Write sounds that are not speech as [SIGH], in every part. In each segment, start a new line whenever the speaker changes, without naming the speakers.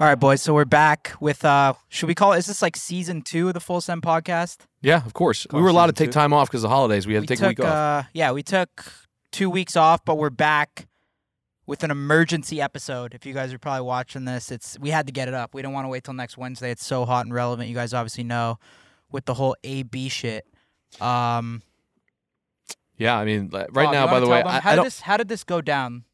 All right, boys. So we're back with uh should we call is this like season two of the Full Send podcast?
Yeah, of course.
Call
we were allowed to
season
take
two.
time off because the holidays. We had
we
to take
took
a week off.
uh yeah, we took two weeks off, but we're back with an emergency episode. If you guys are probably watching this, it's we had to get it up. We don't want to wait till next Wednesday. It's so hot and relevant. You guys obviously know with the whole A B shit. Um
Yeah, I mean, like, right
Bob, you
now, by
wanna
the
tell
way,
them?
I,
how
I
did
don't.
this how did this go down?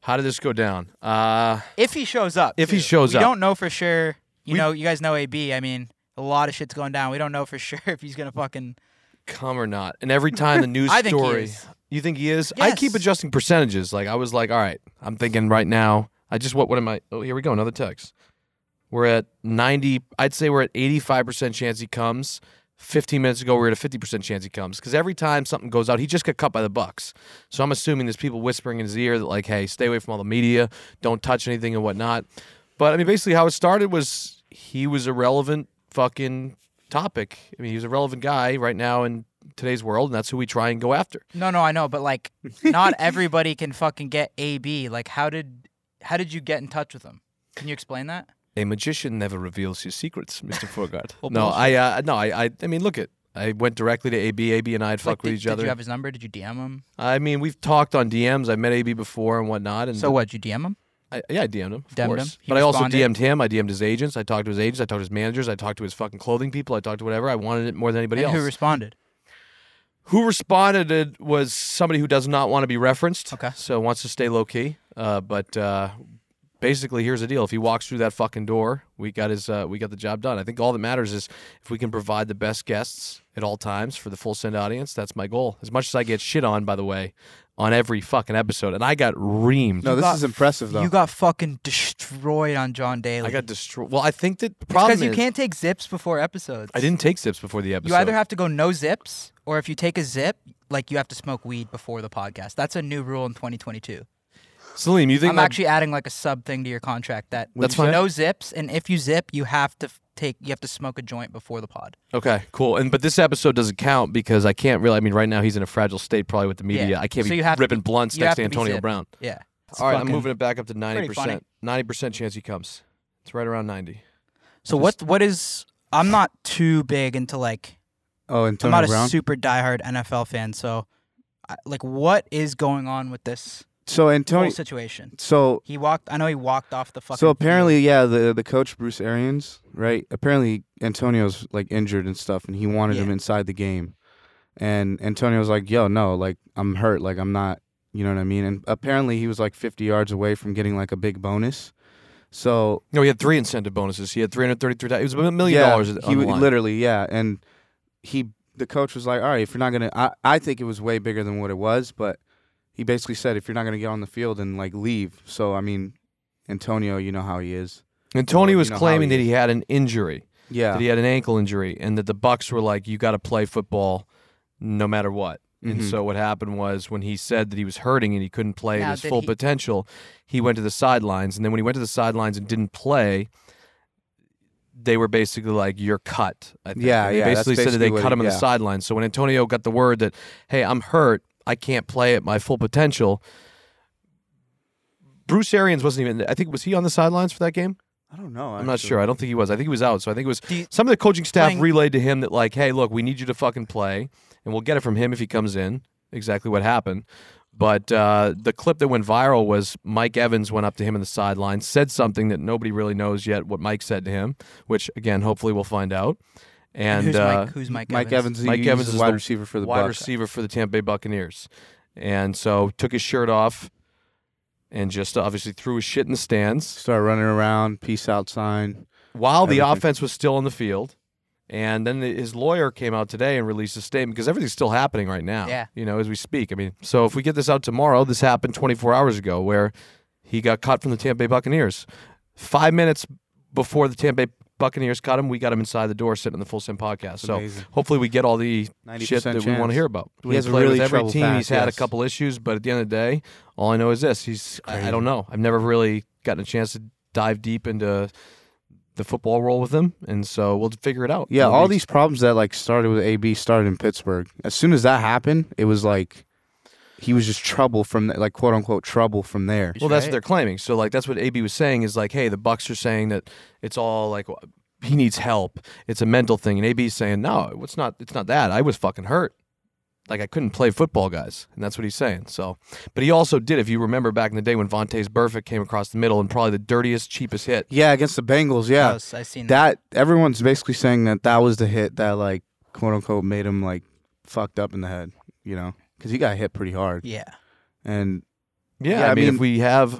How did this go down? Uh,
If he shows up.
If he
too.
shows
we
up.
don't know for sure. You
We-
know, you guys know A B. I mean, a lot of shit's going down. We don't know for [LAUGHS] sure if he's gonna fucking
come or not? And every
[LAUGHS]
time the news
I think he
story,
is.
you think he is? I keep
Yes.
adjusting percentages. Like I was like, all right, I'm thinking right now. I just what? What am I? Oh, here we go. Another text. We're at ninety. I'd say we're at eighty-five percent chance he comes. Fifteen minutes ago, we were at a fifty percent chance he comes because every time something goes out, he just got cut by the bucks. So I'm assuming there's people whispering in his ear that like, hey, stay away from all the media, don't touch anything and whatnot. But I mean, basically, how it started was he was a relevant fucking topic. I mean, he was a relevant guy right now in today's world, and that's who we try and go after.
No, no, I know, but like, not everybody can fucking get AB. Like, how did how did you get in touch with them? Can you explain that?
A magician never reveals his secrets, Mr. Fogart.
[LAUGHS] Well,
no,
bullshit.
I, uh, no, I, I, I mean, look at. I went directly to AB. AB and I had
Like,
fucked
did,
with each
did
other.
you have his number? Did you DM him?
I mean, we've talked on DMs. I met AB before and whatnot. And
So what? Did you DM him?
I, yeah, I DM'd him, of
DM'd
course.
him. He
But I also
responded.
DM'd him. I DM'd his agents. I talked to his agents. I talked to his managers. I talked to his fucking clothing people. I talked to whatever. I wanted it more than anybody
and
else.
who responded?
Who responded it was somebody who does not want to be referenced.
Okay.
So wants to stay low key. Uh, but uh, basically, here's the deal: if he walks through that fucking door, we got his, uh, we got the job done. I think all that matters is if we can provide the best guests at all times for the full send audience. That's my goal. As much as I get shit on, by the way, on every fucking episode, and I got reamed.
No, this
got-
is impressive though.
You got fucking destroyed on John Daly.
I got destroyed. Well, I think that the problem
because
is
you can't take zips before episodes.
I didn't take sips before the episode.
You either have to go no zips, or if you take a zip, like you have to smoke weed before the podcast. That's a new rule in 2022.
Salim, you think
I'm
my-
actually adding like a sub thing to your contract that
That's fine.
no zips, and if you zip, you have to f- take you have to smoke a joint before the pod.
Okay, cool. And but this episode doesn't count because I can't really. I mean, right now he's in a fragile state, probably with the media.
Yeah.
I can't
So
be
you have to
ripping
be-
blunts
you
next
have
to
to be
Antonio
zipped.
Brown.
Yeah.
All right, I'm
fucking
moving it back up to ninety
pretty funny.
percent. Ninety percent chance he comes. It's right around ninety.
So what what is I'm not too big into like
oh,
I'm
Antonio
not a
Brown.
super diehard NFL fan, so I, like what is going on with this
so
whole
Antonio.
situation?
So
He walked. I know he walked off the fucking.
so apparently, yeah, the the coach Bruce Arians, right? Apparently, Antonio's like injured and stuff, and he wanted
Yeah.
him inside the game, and Antonio was like, "Yo, no, like I'm hurt, like I'm not, you know what I mean?" And apparently, he was like 50 yards away from getting like a big bonus. So
No, he had three incentive bonuses. He had three hundred thirty-three. It was a million dollars.
He
on the
w-
line.
literally, yeah, and he the coach was like, "All right, if you're not gonna," I, I think it was way bigger than what it was, but he basically said, "If you're not gonna get on the field and like leave." So I mean, Antonio, you know how he is.
And Tony
Well,
was
you know how
claiming
he
that he had an injury,
Yeah,
that he had an ankle injury, and that the Bucks were like, "You got to play football, no matter what." And
Mhm.
so what happened was when he said that he was hurting and he couldn't play at
Now,
his
did
full
he-
potential, he went to the sidelines. And then when he went to the sidelines and didn't play, they were basically like, "You're cut." I think.
Yeah,
And they
yeah, that's
Basically, said that
basically
they
what
cut
it-
him on the
yeah.
sidelines. So when Antonio got the word that, "Hey, I'm hurt, I can't play at my full potential," Bruce Arians wasn't even. I think was he on the sidelines for that game?
I don't know.
I'm not sure. I don't think he was. I think he was out. So I think it was
Do you-
some of the coaching staff
Playing-
relayed to him that like, hey, look, we need you to fucking play, and we'll get it from him if he comes in. Exactly what happened. But uh, the clip that went viral was Mike Evans went up to him in the sideline, said something that nobody really knows yet what Mike said to him, which again, hopefully, we'll find out. And,
who's
uh,
Mike? Who's Mike?
Mike
Evans?
Evans, he
Mike
uses
Evans is
wide
the
receiver for the
wide
Bucs.
receiver for the Tampa Bay Buccaneers. And so took his shirt off and just obviously threw his shit in the stands.
Start running around, peace out sign.
while the
Everything.
offense was still on the field. And then the- his lawyer came out today and released a statement because everything's still happening right now.
Yeah.
You know, as we speak. I mean, so if we get this out tomorrow, this happened 24 hours ago where he got caught from the Tampa Bay Buccaneers. Five minutes before the Tampa Bay Buccaneers caught him, we got him inside the door sitting on the Full Sim podcast. so
amazing.
hopefully we get all the
90%
shit that we want
chance.
to hear about.
He
When
has a
played
really
with every
troubled
team.
past,
he's had a
yes.
couple issues, but at the end of the day, all I know is this: he's I, I don't know. I've never really gotten a chance to dive deep into the football role with him, and so we'll figure it out.
Yeah,
It'll
all
be-
these problems that like started with AB started in Pittsburgh. As soon as that happened, it was like he was just trouble from th- like quote unquote trouble from there.
Well, that's what
right.
they're claiming. So like that's what AB was saying is like, hey, the Bucks are saying that it's all like w- he needs help. It's a mental thing, and AB's saying no, it's not. It's not that. I was fucking hurt. Like I couldn't play football, guys, and that's what he's saying. So, but he also did, if you remember back in the day when Vontae's Burfict came across the middle and probably the dirtiest, cheapest hit.
Yeah, against the Bengals. Yeah,
That was- I seen that.
that everyone's basically saying that that was the hit that like quote unquote made him like fucked up in the head. You know, because he got hit pretty hard.
Yeah.
And
Yeah,
Yeah,
I,
I
mean,
mean-
if we have,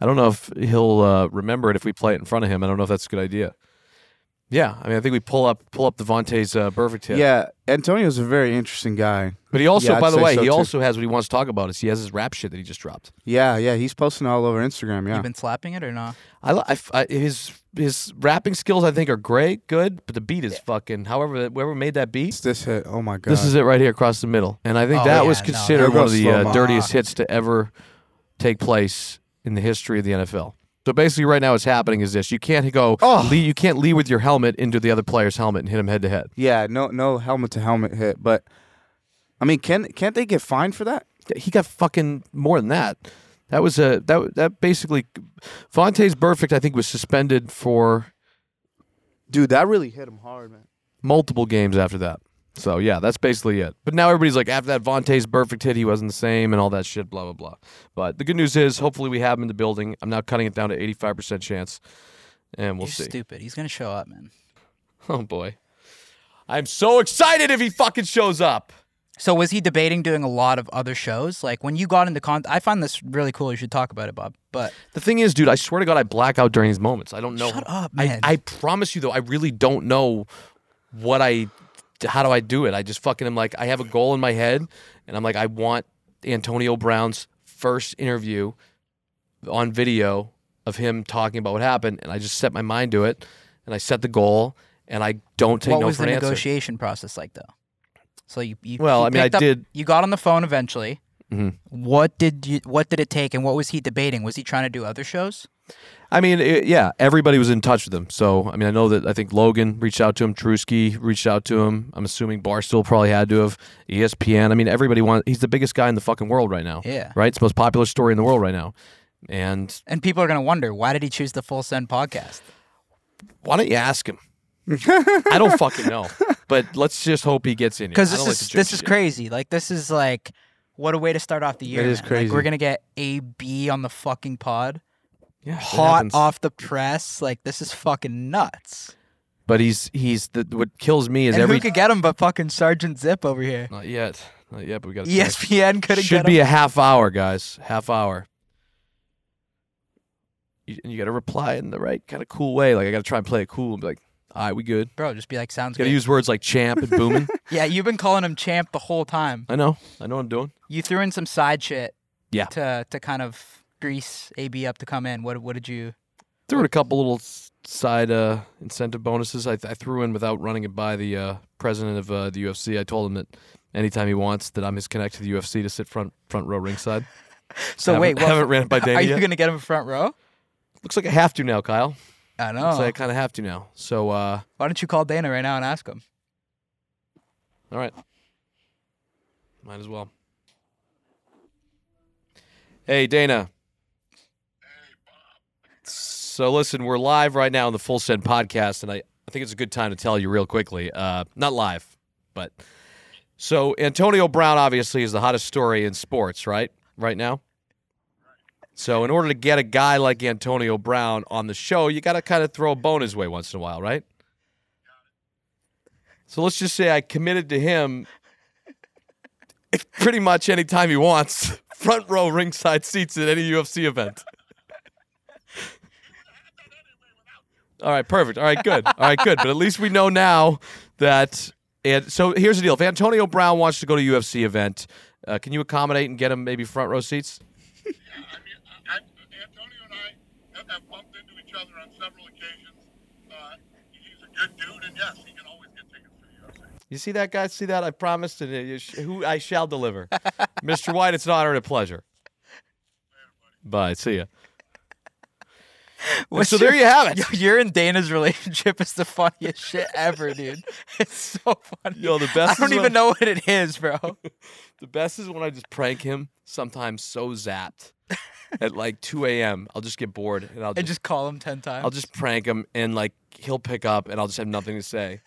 I don't know if he'll uh, remember it if we play it in front of him. I don't know if that's a good idea. Yeah, I mean, I think we pull up pull up the Vontae's uh, Burfict hit.
yeah, Antonio's a very interesting guy.
But he also,
Yeah, I'd
by the
say
way,
so
he
too.
also has what he wants to talk about is he has his rap shit that he just dropped.
Yeah, yeah, he's posting all over Instagram. Yeah,
You been slapping it or not?
I, li- I f- I- his his rapping skills I think are great, good, but the beat is fucking. However, that- whoever made that beat,
it's this hit. Oh my god,
this is it right here across the middle, and I think
Oh,
that
yeah,
was
no,
considered
that
one of
goes
the
slow-mo.
uh, dirtiest hits to ever take place in the history of the NFL. So basically, right now, what's happening is this: you can't go,
Oh.
lee, you can't lee with your helmet into the other player's helmet and hit him head to head.
yeah, no, no helmet to helmet hit. But I mean, can can't they get fined for that?
he got fucking more than that. That was a that that basically Vontae's perfect. I think was suspended for
Dude, that really hit him hard, man.
multiple games after that. So yeah, that's basically it. But now everybody's like, after that Vontae's perfect hit, he wasn't the same, and all that shit, blah blah blah. But the good news is, hopefully, we have him in the building. I'm now cutting it down to 85 percent chance, and we'll
You're
see.
stupid. He's gonna show up, man.
Oh boy, I'm so excited if he fucking shows up.
So was he debating doing a lot of other shows? Like when you got into con, I find this really cool. You should talk about it, Bob. But
The thing is, dude, I swear to God, I black out during these moments. I don't know.
shut up,
I,
man.
I promise you though, I really don't know what I how do I do it. I just fucking am like I have a goal in my head and I'm like I want Antonio Brown's first interview on video of him talking about what happened and I just set my mind to it and I set the goal and I don't take
what
no
was
for
the
an answer.
negotiation process like, though? So you, you
Well,
you
I mean, I
picked up-
did-
You got on the phone eventually.
Mhm.
What did you? What did it take? And what was he debating? Was he trying to do other shows?
I mean, it, yeah, everybody was in touch with him. So, I mean, I know that I think Logan reached out to him, Trusky reached out to him. I'm assuming Barstool probably had to have E ESPN. I mean, everybody wants. He's the biggest guy in the fucking world right now.
Yeah.
right? It's the most popular story in the world right now. And
And people are gonna wonder why did he choose the Full Send podcast?
why don't you ask him? I don't fucking know.
[LAUGHS]
But let's just hope he gets in here.
Because
I
this
don't like
is
to
this
judge
is
shit.
crazy. Like this is like what a way to start off the year.
That is
man. Like,
crazy.
we're gonna get a B on the fucking pod,
Yeah, it
hot
happens.
off the press. Like this is fucking nuts.
But he's he's the, what kills me is
and
every
who could get him but fucking Sergeant Zip over
[LAUGHS]
here?
not yet not yet. But we got
E
to
ESPN could have
Should
get
be
him.
a half hour, guys. Half hour. You, and you got to reply in the right kind of cool way. Like I got to try and play it cool and be like, "All right, we good."
Bro, just be like, sounds
Got
good.
to use words like champ and booming.
[LAUGHS] yeah, you've been calling him champ the whole time.
I know, I know, what I'm doing.
You threw in some side shit.
Yeah.
To to kind of grease AB up to come in. What what did you?
Threw in a couple little s- side uh, incentive bonuses. I, I threw in without running it by the uh, president of uh, the UFC. I told him that anytime he wants, that I'm his connect to the UFC to sit front front row ringside.
So
Haven't-
wait, what,
haven't ran it
[LAUGHS]
by
are
Dana
you
yet.
gonna get him a front row?
Looks like I have to now, Kyle.
I know.
Looks like I kind of have to now. So, uh,
Why don't you call Dana right now and ask him?
all right, might as well. Hey, Dana. So listen, we're live right now on the Full Send podcast, and I, I think it's a good time to tell you real quickly. Uh, not live, but so Antonio Brown obviously is the hottest story in sports, right? Right now. So in order to get a guy like Antonio Brown on the show, you got to kind of throw a bone his way once in a while, right? So let's just say I committed to him pretty much any time he wants, [LAUGHS] front row ringside seats at any UFC event. All right, perfect. All right, good. All right, good. But at least we know now that. And so here's the deal: if Antonio Brown wants to go to UFC event, uh, can you accommodate and get him maybe front row seats?
I mean, I, I- Antonio and I have, have bumped into each other on several occasions. Uh, he's a good dude, and yes, he can always get tickets for the UFC.
You see that, guys? See that? I promised, and it is- who I shall deliver, Mr. White. It's an honor and a pleasure. Bye. See ya.
What's
so there you have
[LAUGHS]
it.
Yo, your and Dana's relationship is the funniest shit ever,
[LAUGHS]
dude. It's so funny.
Yo, the
[LAUGHS] I
best
don't
is
even
when-
know what it is,
[LAUGHS]
bro.
The best is when I just prank him. Sometimes so zapped at like 2 a.m. I'll just get bored and I'll
And
just,
just call him ten times.
I'll just prank him and like he'll pick up and I'll just have nothing to say.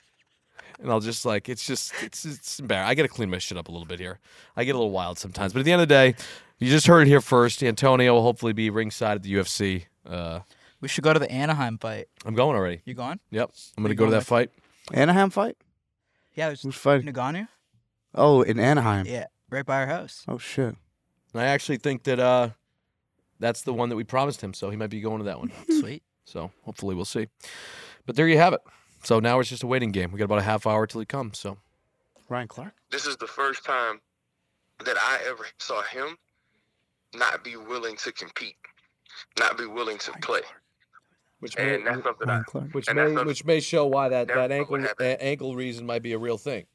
And I'll just like it's just it's it's embarrassing. I gotta clean my shit up a little bit here. I get a little wild sometimes, but at the end of the day, you just heard it here first. Antonio will hopefully be ringside at the UFC. Uh,
we should go to the Anaheim fight.
I'm going already.
You gone?
Yep, I'm
you
gonna go
going
to that
with?
fight.
Anaheim fight?
Yeah, it was
Who's fighting?
Nagano.
Oh, in Anaheim.
Yeah, right by our house.
Oh shit.
And I actually think that uh, that's the one that we promised him, so he might be going to that one.
Sweet.
So hopefully we'll see. But there you have it. So now it's just a waiting game. We got about a half hour till he comes. So
Ryan Clark.
this is the first time that I ever saw him not be willing to compete, not be willing to play.
which
And that's something I,
Ryan Clark.
which
and that's not-
may show why that,
Never know what happened.
ankle reason might be a real thing.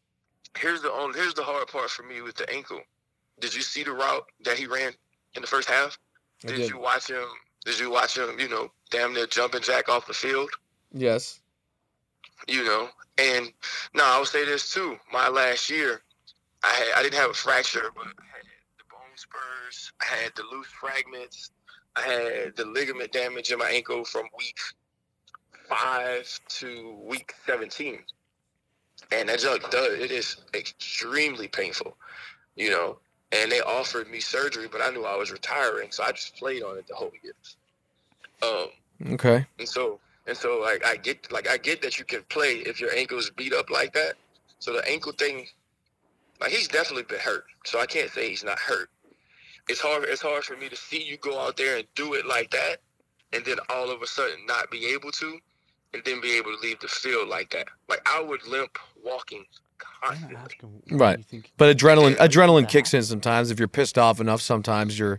here's the only here's the hard part for me with the ankle. Did you see the route that he ran in the first half?
I
Did,
did.
you watch him? Did you watch him? You know, damn near jumping jack off the field.
Yes.
You know, and no, I would say this too. My last year, I had I didn't have a fracture, but I had the bone spurs. I had the loose fragments. I had the ligament damage in my ankle from week five to week seventeen, and that junk does it is extremely painful. You know, and they offered me surgery, but I knew I was retiring, so I just played on it the whole year. Um,
Okay.
and so and so like I get like I get that you can play if your ankle's beat up like that. So the ankle thing like he's definitely been hurt. So I can't say he's not hurt. It's hard it's hard for me to see you go out there and do it like that and then all of a sudden not be able to and then be able to leave the field like that. Like I would limp walking constantly.
Right.
You think
But adrenaline adrenaline kicks in sometimes. If you're pissed off enough, sometimes you're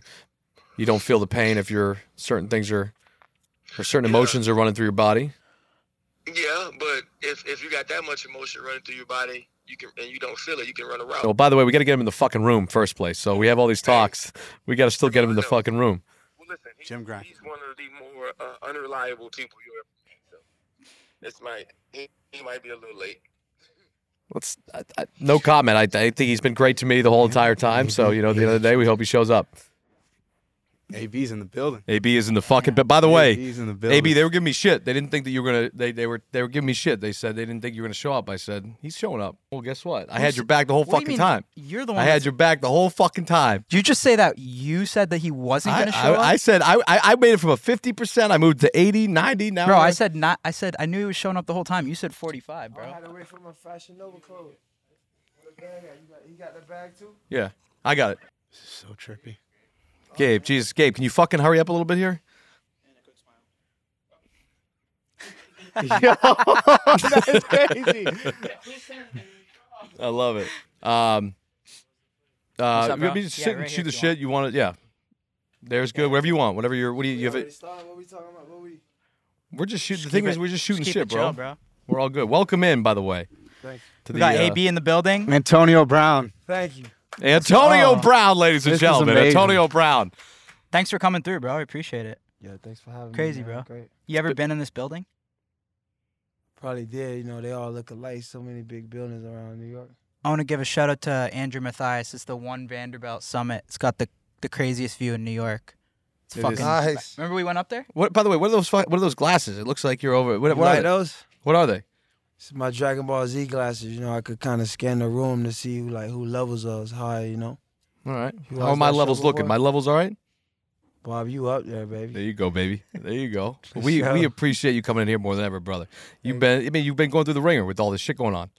you don't feel the pain if you're certain things are or certain
Yeah.
emotions are running through your body.
Yeah, but if if you got that much emotion running through your body, you can and you don't feel it, you can run a route.
Well, Oh, by the way, we got to get him in the fucking room first place. So we have all these talks. We got to still get him in the fucking room.
Well, listen, he's,
Jim Grant.
he's one of the more uh, unreliable people you ever meet. So this might he, he might be a little late.
Let's I, I, no comment. I, I think he's been great to me the whole entire time. So you know, the other day we hope he shows up.
AB's in the building.
AB is in the fucking. But by the way,
AB's in the building.
AB, they were giving me shit. They didn't think that you were gonna. They, they were they were giving me shit. They said they didn't think you were gonna show up. I said he's showing up. Well, guess what? I had your back the whole
What do
fucking
you mean?
time.
You're the one.
I had
that's-
your back the whole fucking time.
Did you just say that you said that he wasn't
I,
going to show
I-
up?
I said I, I I made it from a fifty percent. I moved to 80, 90, Now,
bro,
we're-
I said not. I said I knew he was showing up the whole time. You said 45, bro.
I had to wait for my Fashion Nova code. Where the bag at? You got, you got the bag too?
yeah, I got it.
so trippy.
Gabe, Jesus, Gabe, can you fucking hurry up a little bit
[LAUGHS]
here?
That's crazy.
I love it. Um, uh,
up, bro?
maybe just
Yeah,
sit and
right
shoot
here
the
if you want.
shit you want. It, yeah. There's good. Whatever you want. Whatever you're. What do you, you have?
Already
It,
started? What we talking about? What we?
we're just shooting. The
Just
thing
keep
is,
it-
we're just shooting
keep
shit,
it chill, bro.
We're all good. Welcome in, by the way.
Thanks.
To
We got
uh,
AB in the building.
Antonio Brown.
Thank you.
Antonio
Oh.
Brown, ladies and
This is
gentlemen.
amazing.
Antonio Brown.
Thanks for coming through, bro. I appreciate it.
Yeah, thanks for having
Crazy,
me. man.
bro.
Great.
You ever been in this building?
Probably did. You know, they all look alike. So many big buildings around New York.
I want to give a shout out to Andrew Matthias. It's the One Vanderbilt Summit. It's got the the craziest view in New York. It's
It is.
fucking
Nice.
Remember we went up there?
What? By the way, what are those? fu- What are those glasses? It looks like you're over. What,
You
what
like
are they?
those?
What are they?
It's my Dragon Ball Z glasses. You know, I could kind of scan the room to see who, like who levels us high. You know,
All right.
You
How
guys
are my
watch
levels
Shovel
looking?
Boy?
My levels all right?
Bob, you up there, baby?
There you go, baby. [LAUGHS] There you go. We
show.
we appreciate you coming in here more than ever, brother. You've been I mean you've been going through the ringer with all this shit going on.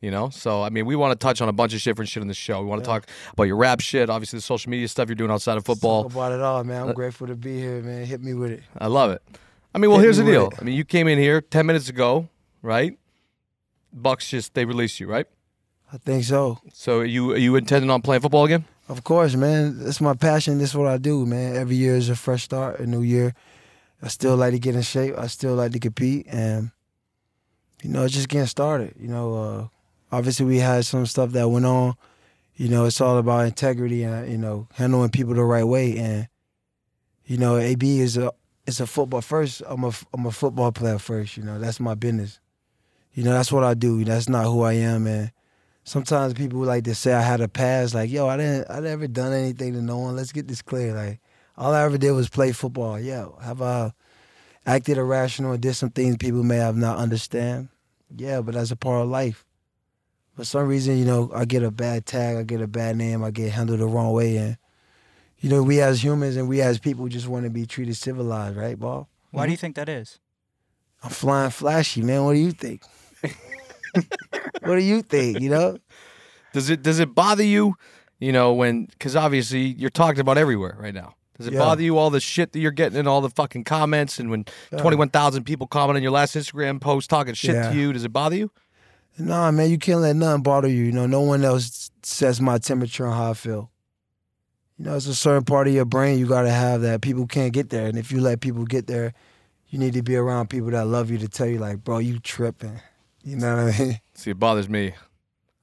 You know, so I mean, we want to touch on a bunch of different shit in the show. We want to talk about your rap shit, obviously the social media stuff you're doing outside of
Talk
football. Uh,
about it all, man. I'm grateful to be here, man. Hit me with it.
I love it. I mean, well,
Hit
here's the
me
deal.
with it.
I mean, you came in here ten minutes ago, right? Bucks just they released you, right?
I think so.
So you you intending on playing football again?
Of course, man. That's my passion. That's what I do, man. Every year is a fresh start, a new year. I still like to get in shape. I still like to compete, and you know, it's just getting started. You know, uh, obviously we had some stuff that went on. You know, it's all about uh, integrity and you know handling people the right way, and you know, AB is a it's a football first. I'm a I'm a football player first. You know, that's my business. You know, that's what I do. That's not who I am, man. Sometimes people like to say I had a past, like, yo, I didn't, I never done anything to no one. Let's get this clear. Like, all I ever did was play football. Yeah, have I acted irrational and did some things people may have not understand? Yeah, but that's a part of life. For some reason, you know, I get a bad tag, I get a bad name, I get handled the wrong way, and you know, we as humans and we as people just want to be treated civilized, right, Bob?
Mm-hmm.
Why do you think that is?
I'm flying flashy, man. What do you think? [LAUGHS] what do you think? You know,
Does it does it bother you? You know when because obviously you're talked about everywhere right now. Does it
Yeah.
bother you all the shit that you're getting in all the fucking comments and when
Yeah.
twenty one thousand people comment on your last Instagram post talking shit
Yeah.
to you? Does it bother you?
nah, man, you can't let nothing bother you. You know, no one else sets my temperature on how I feel. You know, it's a certain part of your brain you gotta have that people can't get there, and if you let people get there, you need to be around people that love you to tell you, like, bro, you tripping. You know what I mean?
See, it bothers me.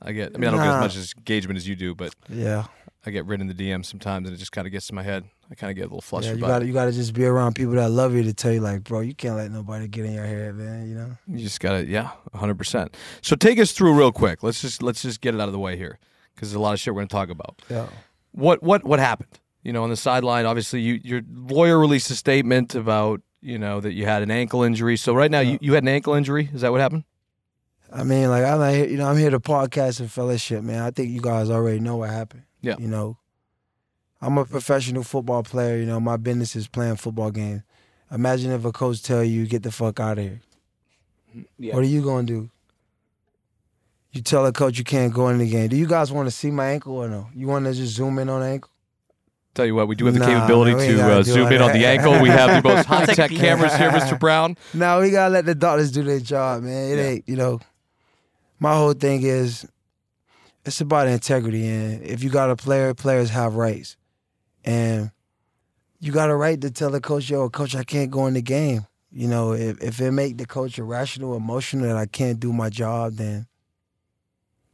I get. I mean, I don't get as
Nah.
much as engagement as you do, but
[LAUGHS] Yeah,
I get rid in the DMs sometimes, and it just kind of gets to my head. I kind of get a little
yeah.
flustered.
You
by
gotta,
it.
you gotta just be around people that love you to tell you, like, bro, you can't let nobody get in your head, man. You know.
You just gotta, yeah, hundred percent. So take us through real quick. Let's just let's just get it out of the way here, because there's a lot of shit we're gonna talk about.
Yeah.
What what what happened? You know, on the sideline, obviously, you your lawyer released a statement about you know that you had an ankle injury. So right now, you, you had an ankle injury. Is that what happened?
I mean, like I'm not here, you know, I'm here to podcast and fellowship, man. I think you guys already know what happened.
Yeah.
You know, I'm a professional football player. You know, my business is playing football games. Imagine if a coach tell you get the fuck out of here.
Yeah.
What are you gonna do? You tell a coach you can't go in the game. Do you guys want to see my ankle or no? You want to just zoom in on the ankle?
Tell you what, we do have the
Nah,
capability
we
to
gotta
uh,
do
zoom in
it.
on
[LAUGHS]
the ankle. We have the most high
I'll take a
tech
peek.
cameras here, Mr. Brown.
No, we gotta let the doctors do their job, man. It
Yeah.
ain't, you know. My whole thing is, it's about integrity, and if you got a player, players have rights, and you got a right to tell the coach, "Yo, coach, I can't go in the game." You know, if if it make the coach irrational, emotional that I can't do my job, then,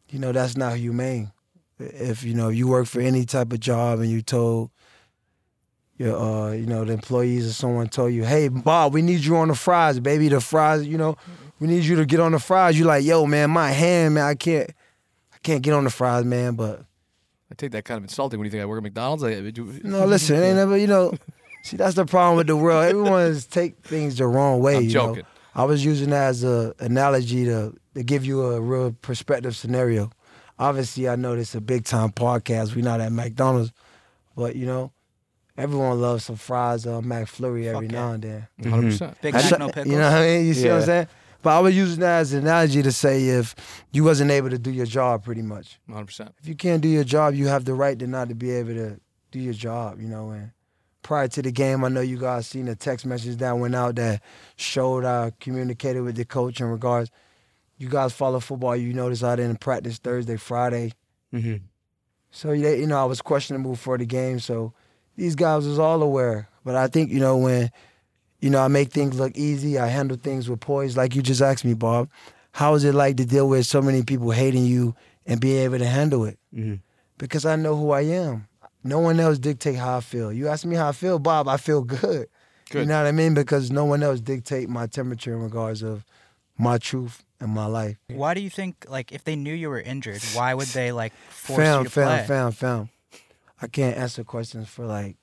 you know, that's not humane. If you know you work for any type of job and you told your uh, you know, the employees or someone told you, hey Bob, we need you on the fries, baby. The fries, you know, we need you to get on the fries. You like, yo, man, my hand, man, I can't I can't get on the fries, man. But
I take that kind of insulting. What do you think? I work at McDonald's. I, I do,
no,
[LAUGHS]
listen, it ain't never, you know, see that's the problem with the world. Everyone's take things the wrong way.
I'm
you know?
joking.
I was using that as a analogy to, to give you a real perspective scenario. Obviously, I know this is a big time podcast. We're not at McDonald's, but you know, everyone loves some fries or McFlurry every
Fuck yeah.
now and then.
100
[LAUGHS]
percent.
Big
I
Mac,
said-
no pickles.
You know what I mean? You see what I'm
Yeah.
saying? But I was using that as an analogy to say if you wasn't able to do your job, pretty much.
100 percent.
If you can't do your job, you have the right to not to be able to do your job. You know, and prior to the game, I know you guys seen the text message that went out that showed I communicated with the coach in regards. You guys follow football. You notice I didn't practice Thursday, Friday.
Mm-hmm.
So yeah, you know, I was questionable for the game. So these guys was all aware. But I think you know when, you know, I make things look easy. I handle things with poise, like you just asked me, Bob. How is it like to deal with so many people hating you and be able to handle it?
Mm-hmm.
Mhm.
Because I know who I am. No one else dictate how I feel. You ask me how I feel, Bob. I feel good. You
Good.
know what I mean? Because no one else dictate my temperature in regards of my truth and my life.
Why do you think like if they knew you were injured, why would they like force you
Fam,
to
fam,
play?
fam, fam. I can't answer questions for like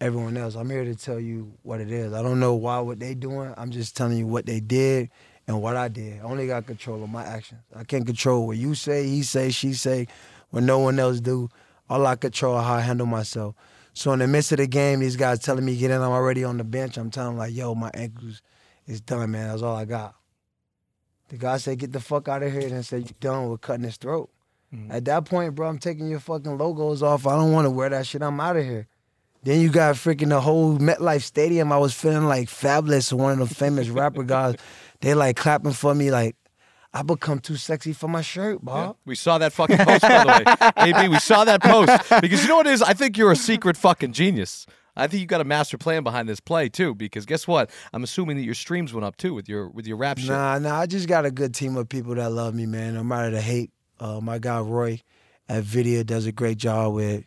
everyone else. I'm here to tell you what it is. I don't know why what they doing. I'm just telling you what they did and what I did. I only got control of my actions. I can't control what you say, he say, she say, what no one else do. All I control is how I handle myself. So in the midst of the game, these guys telling me get in. I'm already on the bench. I'm telling them like, yo, my ankles is done, man. That's all I got. The guy said, get the fuck out of here, and said, you done with cutting his throat. At that point, bro, I'm taking your fucking logos off. I don't want to wear that shit. I'm out of here. Then you got freaking the whole MetLife Stadium. I was feeling like fabulous. One of the famous rapper guys, they like clapping for me. Like I become too sexy for my shirt,
Yeah,
bro.
we saw that fucking post, by the
[LAUGHS]
way. AB, we saw that post. Because you know what it is? I think you're a secret fucking genius. I think you got a master plan behind this play too, because guess what? I'm assuming that your streams went up too with your with your rap shit.
Nah, nah. I just got a good team of people that love me, man. No matter the hate. Uh, my guy Roy at Video does a great job with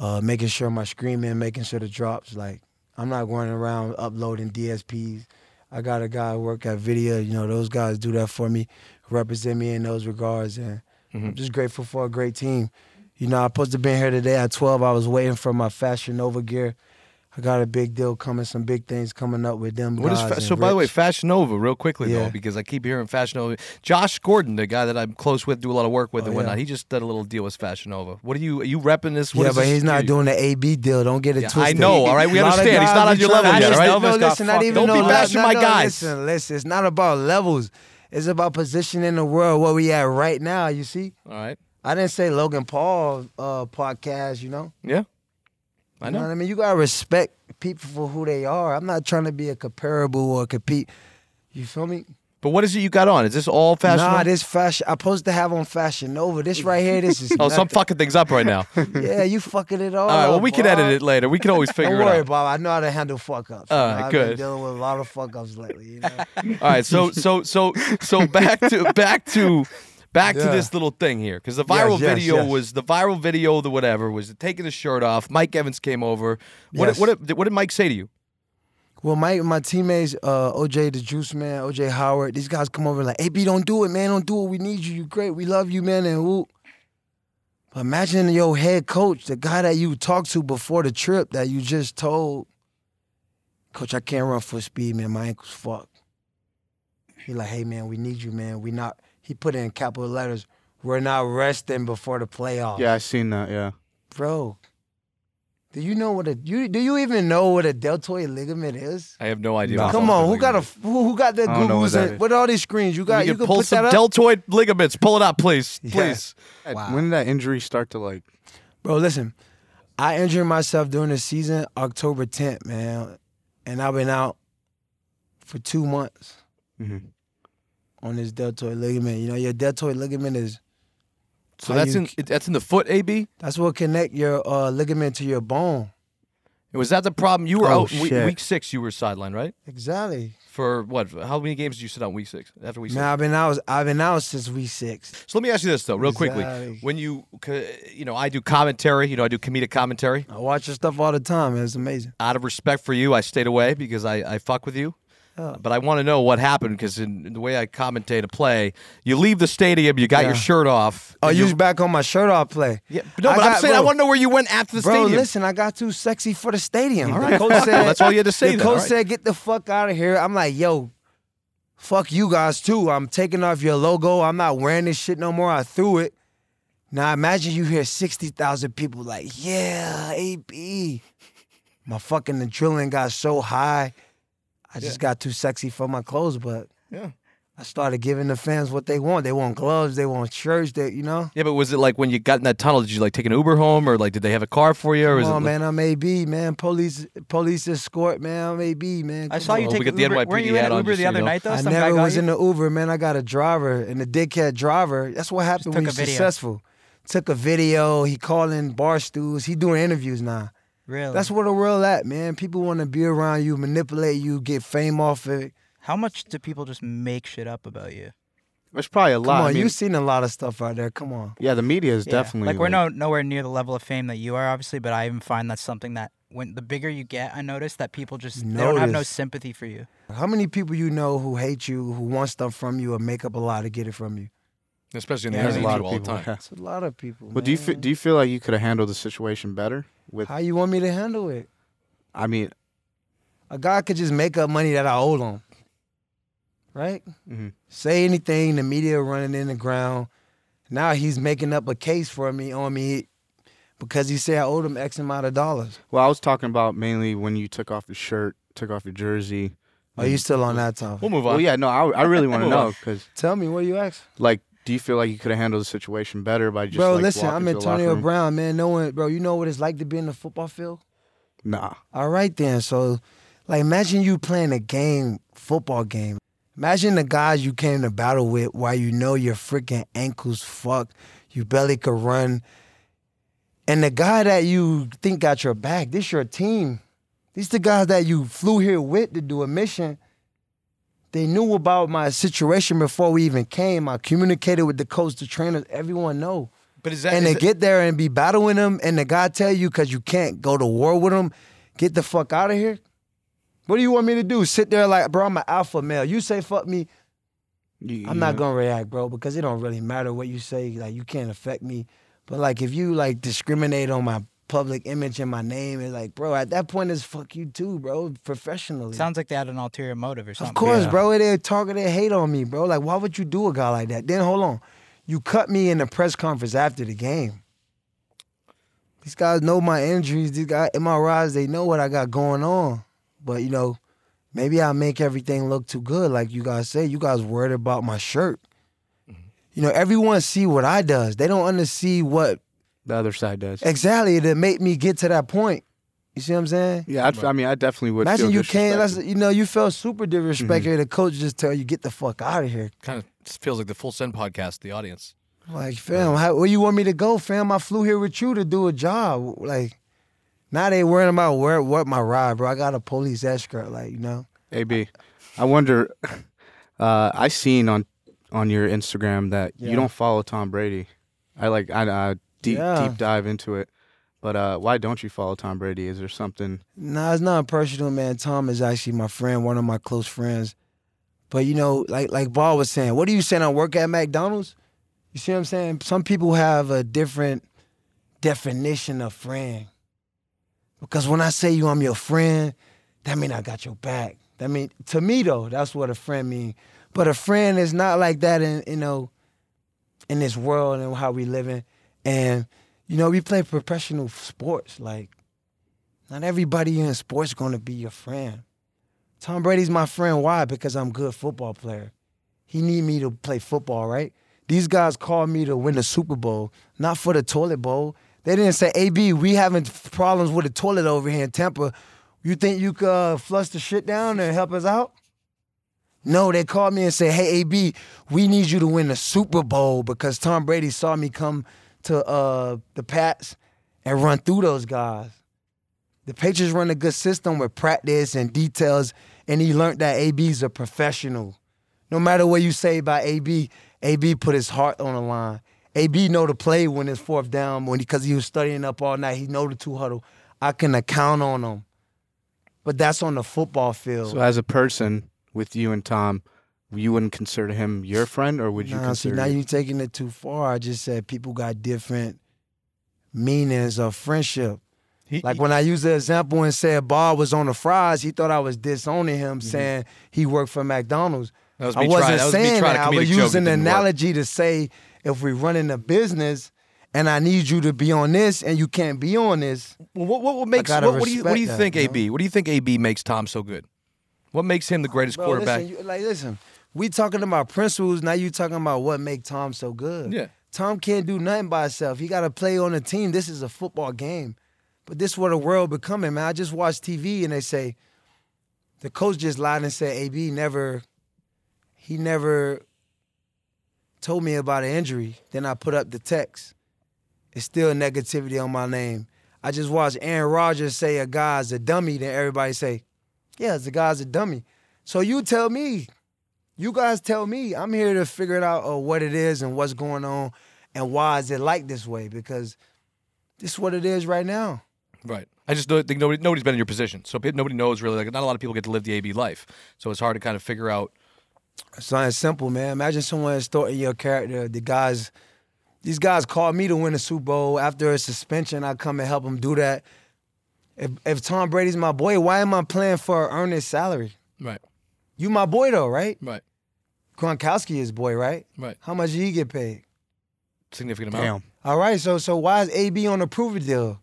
uh, making sure my screaming, making sure the drops. Like I'm not going around uploading DSPs. I got a guy who work at Video. You know, those guys do that for me, represent me in those regards, and
Mm-hmm.
I'm just grateful for a great team. You know, I supposed to been here today at 12. I was waiting for my Fashion Nova gear. I got a big deal coming, some big things coming up with them.
What is
guys
fa-
and
so? By the way,
Rich.
Fashion Nova, real quickly
Yeah.
though, because I keep hearing Fashion Nova. Josh Gordon, the guy that I'm close with, do a lot of work with
Oh,
and
yeah.
whatnot. He just did a little deal with Fashion Nova. What are you? Are you repping this? What
yeah,
is
but
this
he's not
to you?
doing the AB deal. Don't get it
Yeah, I
twisted.
know, all right? We
A lot of
understand. He's
guys
not on
be
your
trying-
level
yet, all right?
No,
Nova's got
listen, not
fucked.
even
Don't be
no-
bashing
no,
my
no,
guys.
Listen, listen, it's not about levels. It's about position in the world where we at right now. You see,
All right.
I didn't say Logan Paul uh, podcast. You know,
Yeah. I
You
know.
what I mean, you gotta respect people for who they are. I'm not trying to be a comparable or compete. You feel me?
But what is it you got on? Is this all Fashion?
nah,
Nova?
this fashion. I'm supposed to have on Fashion Nova. This right here, this is.
[LAUGHS] Oh, so I'm
nothing.
fucking things up right
[LAUGHS]
now. all
Yeah, you fucking it all.
right. Well,
up,
we can
boy.
edit it later. We can always figure
Oh, [LAUGHS] Don't worry,
it out.
Bob. I know how to handle fuck ups.
All
you
right,
know, I've
good.
Been dealing with a lot of fuck ups lately. You know? [LAUGHS]
All right, so so so so back to back to back to
Yeah.
this little thing here because the viral
Yes, yes,
video
yes.
was the viral video the whatever was taking his shirt off. Mike Evans came over. What
Yes.
did, what did, what did Mike say to you?
well, my my teammates, uh, OJ the Juice Man, OJ Howard, these guys come over like, "Hey, B, don't do it, man. Don't do it. We need you. You great. We love you, man." And whoop. But imagine your head coach, the guy that you talked to before the trip, that you just told, Coach, I can't run full speed, man. My ankle's fucked. He like, hey, man, we need you, man. We not. He put in capital letters. We're not resting before the playoffs.
Yeah, I seen that. Yeah.
bro. Do you know what a you do you even know what a deltoid ligament is?
I have no idea.
Nah.
what
Come
the
on,
fuck
who got a
ligament
who, who got that
I don't know what
Google's
that
and-
is.
with all these screens? You
is.
got
You
you
can
can
pull
put
some
that up,
deltoid ligaments. Pull it up, please,
Yeah.
please.
Wow.
When did that injury start to like?
bro. Listen, I injured myself during the season October 10th, man, and I've been out for two months
Mhm.
on this deltoid ligament. You know, your deltoid ligament is
So
how
that's
you-
in it- that's in the foot, AB.
that's what connect your uh, ligament to your bone.
Was that the problem? You were
Oh,
out in week,
shit.
week six. You were sidelined, right?
Exactly,
For what? How many games did you sit out in week six? After week six?
man. I've been out. I've been out since week six.
So let me ask you this though, real quickly.
Exactly.
When you, c- you know, I do commentary. You know, I do comedic commentary.
I watch your stuff all the time. man. It's amazing.
Out of respect for you, I stayed away because I, I fuck with you.
Oh.
But I want to know what happened because in, in the way I commentate a play, you leave the stadium, you got your shirt off.
Oh,
and
you was back on my shirt off play.
Yeah, no,
I
but I'm
got-
saying I
bro,
want to know where you went after the
Bro,
stadium.
listen, I got too sexy for the stadium.
All right,
The
well,
coach said,
that's all you had to say
The
then,
coach
all right.
said, "Get the fuck out of here." I'm like, "Yo, fuck you guys too. I'm taking off your logo. I'm not wearing this shit no more. I threw it." Now imagine you hear sixty thousand people like, "Yeah, AB." My fucking adrenaline got so high, I just got too sexy for my clothes. But
Yeah.
I started giving the fans what they want. They want gloves. They want shirts. They, you know.
Yeah, but was it like when you got in that tunnel? Did you like take an Uber home, or like did they have a car for you, or was
Come
it? like-
on, man, I'm AB, man. Police, police escort, man. I'm AB, man.
I
Come
saw
on.
you
Oh,
take
we got
an
the
Uber. Weren't
NYPD
you in
hat
an
on,
Uber
just
the
so
other
you know.
night though?
I
Some guy
never
got
was
you?
in the Uber, man. I got a driver and a dickhead driver. That's what happened
took
when
a
you're
video.
successful. Took a video. He calling bar stools. He doing interviews now.
Really?
That's where the world at, man. People want to be around you, manipulate you, get fame off it.
How much do people just make shit up about you?
There's probably a
Come
lot.
on,
I mean,
you seen a lot of stuff out there. Come on.
yeah, the media is
Yeah.
definitely
like we're no nowhere near the level of fame that you are, obviously. But I even find that's something that when the bigger you get, I notice that people just they don't have no
Notice.
sympathy for you.
How many people you know who hate you, who want stuff from you, or make up a lie to get it from you?
Especially in
Yeah,
the
there's a
yeah,
lot
all the time.
yeah.
That's a lot of people.
Well, do you fe-
man.
do you feel like you could have handled the situation better? With
How you want me to handle it?
I mean,
A guy could just make up money that I owe him. Right?
Mhm.
Say anything, the media running in the ground. Now he's making up a case for me on me because he said I owed him X amount of dollars.
well, I was talking about mainly when you took off your shirt, took off your jersey.
Are you still on that topic?
We'll move on.
Well, yeah, no, I, I really want to
Move
know
on.
because
Tell me, what do you ask?
like, do you feel like you could have handled the situation better by just
bro,
like,
listen,
walking
I'm
to the locker
Antonio
room?
Brown, man. No one, bro, you know what it's like to be in the football field?
Nah,
All right then. So like imagine you playing a game, football game. Imagine the guys you came to battle with while you know your freaking ankles fucked, you barely could run. And the guy that you think got your back, this your team. These the guys that you flew here with to do a mission. They knew about my situation before we even came. I communicated with the coach, the trainers, everyone know
But is that
and
is
to
that-
get there and be battling them, and the guy tell you because you can't go to war with them, get the fuck out of here? What do you want me to do? Sit there like, bro, I'm an alpha male. You say fuck me,
You-
I'm
you
not
know?
gonna react, bro, because it don't really matter what you say. Like you can't affect me. But like if you like discriminate on my public image and my name, it's like, bro, at that point it's fuck you too, bro. Professionally.
Sounds like they had an ulterior motive or something.
Of course,
Yeah.
bro. They target they hate on me, bro. Like, why would you do a guy like that? Then hold on. You cut me in the press conference after the game. These guys know my injuries. These guys MRIs, they know what I got going on. But you know, maybe I make everything look too good. Like you guys say, you guys worried about my shirt. You know, everyone see what I does. They don't under see what
The other side does.
exactly that make me get to that point. You see what I'm saying?
Yeah, I'd, I mean, I definitely would.
Imagine
feel
you can't. That's,
disrespected.
you know, you felt super disrespected. The coach just tell you get the fuck out of here.
Kind of feels like the full send podcast. The audience.
Like, fam, how, where you want me to go, fam? I flew here with you to do a job. Like, now they worrying about where what my ride, bro. I got a police escort. Like, you know,
AB, I wonder. [LAUGHS] Uh, I seen on on your Instagram that
Yeah.
you don't follow Tom Brady. I like I, I deep
Yeah.
deep dive into it, but uh, why don't you follow Tom Brady? Is there something?
nah, it's not personal, man. Tom is actually my friend, one of my close friends. But you know, like like Ball was saying, what are you saying? I work at McDonald's. You see what I'm saying? Some people have a different definition of friend. Because when I say you, I'm your friend, that mean I got your back. That mean to me though, that's what a friend mean. But a friend is not like that in you know, in this world and how we living. And you know, we play professional sports. Like, not everybody in sports gonna be your friend. Tom Brady's my friend. Why? Because I'm a good football player. He need me to play football, right? These guys called me to win the Super Bowl, not for the toilet bowl. They didn't say, "AB, we having problems with the toilet over here in Tampa. You think you could uh, flush the shit down and help us out?" No, they called me and said, "Hey, AB, we need you to win the Super Bowl because Tom Brady saw me come to uh, the Pats and run through those guys." The Patriots run a good system with practice and details, and he learned that AB's a professional. No matter what you say about AB, AB put his heart on the line. AB know to play when it's fourth down when because he, was studying up all night. He know the two huddle. I can account on him, but that's on the football field.
So as a person with you and Tom, you wouldn't consider him your friend, or would you
Nah, see,
consider?
now you're taking it too far. I just said people got different meanings of friendship.
He,
Like
he-
when I used the example and said Bob was on the fries, he thought I was disowning him, saying he worked for McDonald's.
Mm-hmm. That was
I
me
wasn't
trying- that was me
saying
trying a
I was
comedic joke. It
using an
didn't work.
analogy to say if we're running a business and I need you to be on this and you can't be on this,
Well, what what, what makes
gotta
what, what do you what
respect
do you
that,
think
you know?
AB? What do you think AB makes Tom so good? What makes him the greatest
bro,
quarterback?
Listen, you, like, listen, we talking about principles. Now you talking about what make Tom so good.
Yeah.
Tom can't do nothing by himself. He got to play on a team. This is a football game, but this is what the world becoming, man. I just watch TV and they say the coach just lied and said AB never, he never told me about an injury. Then I put up the text. It's still negativity on my name. I just watched Aaron Rodgers say a guy's a dummy. Then everybody say, yeah, the guy's a dummy. So you tell me, you guys tell me. I'm here to figure it out uh, what it is and what's going on and why is it like this way because this is what it is right now.
Right. I just don't think nobody nobody's been in your position, so pe- nobody knows really. Like, not a lot of people get to live the AB life, so it's hard to kind of figure out.
Something simple, man. Imagine someone starting your character. The guys, these guys called me to win the Super Bowl. After a suspension, I come and help them do that. If, if Tom Brady's my boy, why am I playing for an earnest salary?
Right.
You my boy though, right?
Right.
Gronkowski is boy, right?
Right.
How much did he get paid?
Significant
Damn.
amount.
All right, so so why is AB on the prove it deal?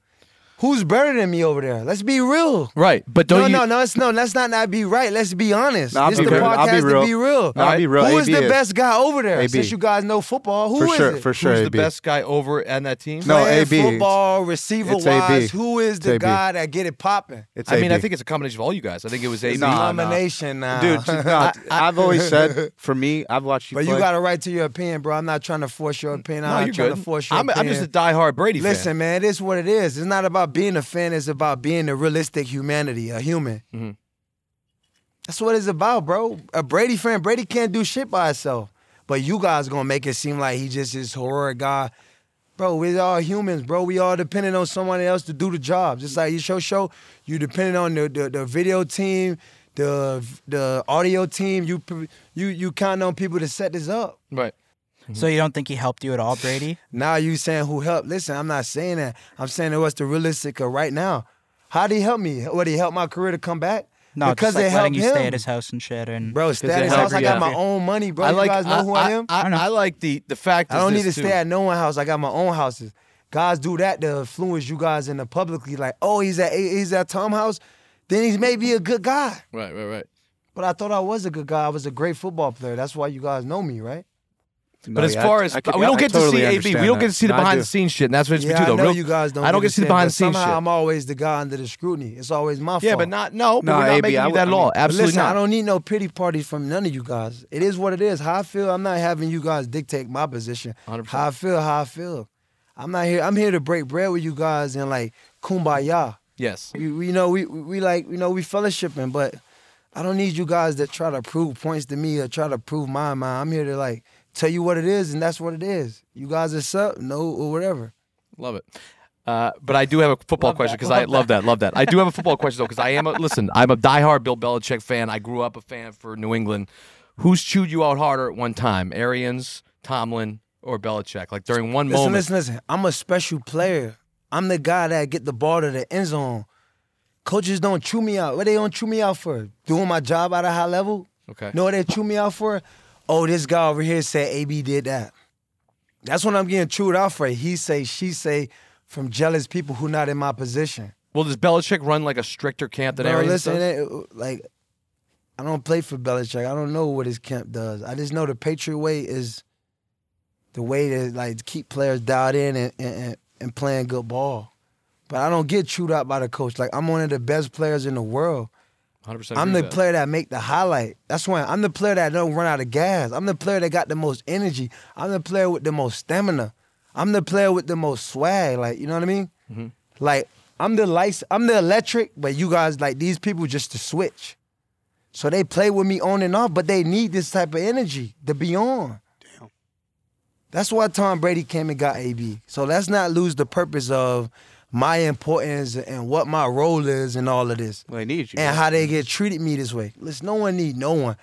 Who's better than me over there? Let's be real.
Right. But don't
no,
you?
no, no, it's no. Let's not not be right. Let's be honest.
No, I'll
this
be
the
real. I'll
podcast
be real.
to be real.
No, I'll be real.
Who is
AB
the
is.
best guy over there?
AB.
Since you guys know football, who
for
is
sure,
it?
for sure,
Who's the
AB.
best guy over on that team?
No,
Playing
AB.
Football receiver
It's AB.
wise, who is the
It's AB.
guy that get it popping?
It's
I mean, I
AB.
think it's a combination of all you guys. I think it was AB.
Nah, nah.
Nomination now,
dude.
[LAUGHS]
just- no, I've always said for me, I've watched you.
but
play.
you got a right to your opinion, bro. I'm not trying to force your opinion.
No,
I'm
you're
not trying
good.
to force your
I'm, I'm
opinion.
just a diehard Brady
Listen,
fan.
man, it is what it is. It's not about being a fan. It's about being a realistic humanity, a human.
Mhm.
That's what it's about, bro. A Brady fan, Brady can't do shit by himself. But you guys gonna make it seem like he just is heroic guy. Bro, we all humans, bro. We all dependent on somebody else to do the job. Just like your show show, you dependent on the, the, the video team, the the audio team. You pr- you you counting on people to set this up.
Right.
So you don't think he helped you at all, Brady?
Now you saying who helped? Listen, I'm not saying that. I'm saying what's the realistic of right now. How did he help me? What he help my career to come back?
No,
because
just
they
like letting
helped
you
him,
stay at his house and shit. And
bro. Stay at his
helped
house. I
you.
got my
Yeah.
own money, bro.
I like.
you guys know
I,
who I, am.
I,
I know.
I like the the fact.
I
is
don't need
this,
to stay
too.
at no one's house. I got my own houses. Guys do that to influence you guys in the publicly. Like, oh, he's at he's at Tom house. Then he's maybe a good guy.
Right. Right. Right.
But I thought I was a good guy. I was a great football player. That's why you guys know me, right?
But as far as we don't get to see AB, we don't get to see the behind the scenes shit, and that's what it's
yeah,
too
I
though.
know
Real-
you guys don't.
I don't get to see the
understand,
behind the
but
scenes
Somehow
shit.
I'm always the guy under the scrutiny. It's always my fault.
Yeah, but not no.
No,
but we're not
AB,
making
I
you
would-
that
I
law.
mean-
But
Absolutely
listen,
not.
I don't need no pity parties from none of you guys. It is what it is. How I feel, I'm not having you guys dictate my position.
100%.
How I feel, how I feel. I'm not here. I'm here to break bread with you guys and like kumbaya.
Yes.
You, you know, we we like you know we fellowshipping, but I don't need you guys that try to prove points to me or try to prove my mind. I'm here to like tell you what it is, and that's what it is. You guys are sub, no or whatever.
Love it. Uh, but I do have a football question because I love that. Love that. I do have a football question though because I am a listen. I'm a diehard Bill Belichick fan. I grew up a fan for New England. Who's chewed you out harder at one time, Arians, Tomlin, or Belichick? Like during one
Listen,
moment.
listen, listen. I'm a special player. I'm the guy that get the ball to the end zone. Coaches don't chew me out. What they don't chew me out for? Doing my job at a high level?
Okay.
Know what they chew me out for? Oh, this guy over here said AB did that. That's what I'm getting chewed out for. He say, she say, from jealous people who not in my position.
Well, does Belichick run like a stricter camp than
Bro,
Arians?
listen,
does?
it- like I don't play for Belichick. I don't know what his camp does. I just know the Patriot way is the way to like keep players dialed in and and, and- and playing good ball. But I don't get chewed out by the coach. Like I'm one of the best players in the world.
100%
I'm
agree with
the
that.
player that make the highlight. That's why I'm the player that don't run out of gas. I'm the player that got the most energy. I'm the player with the most stamina. I'm the player with the most swag. Like you know what I mean? Like I'm the lights. I'm the electric. But you guys like these people just to switch. So they play with me on and off, but they need this type of energy to be on. That's why Tom Brady came and got AB. So let's not lose the purpose of my importance and what my role is and all of this
Well, they need you.
and
bro.
how they get treated me this way. Listen, no one need no one,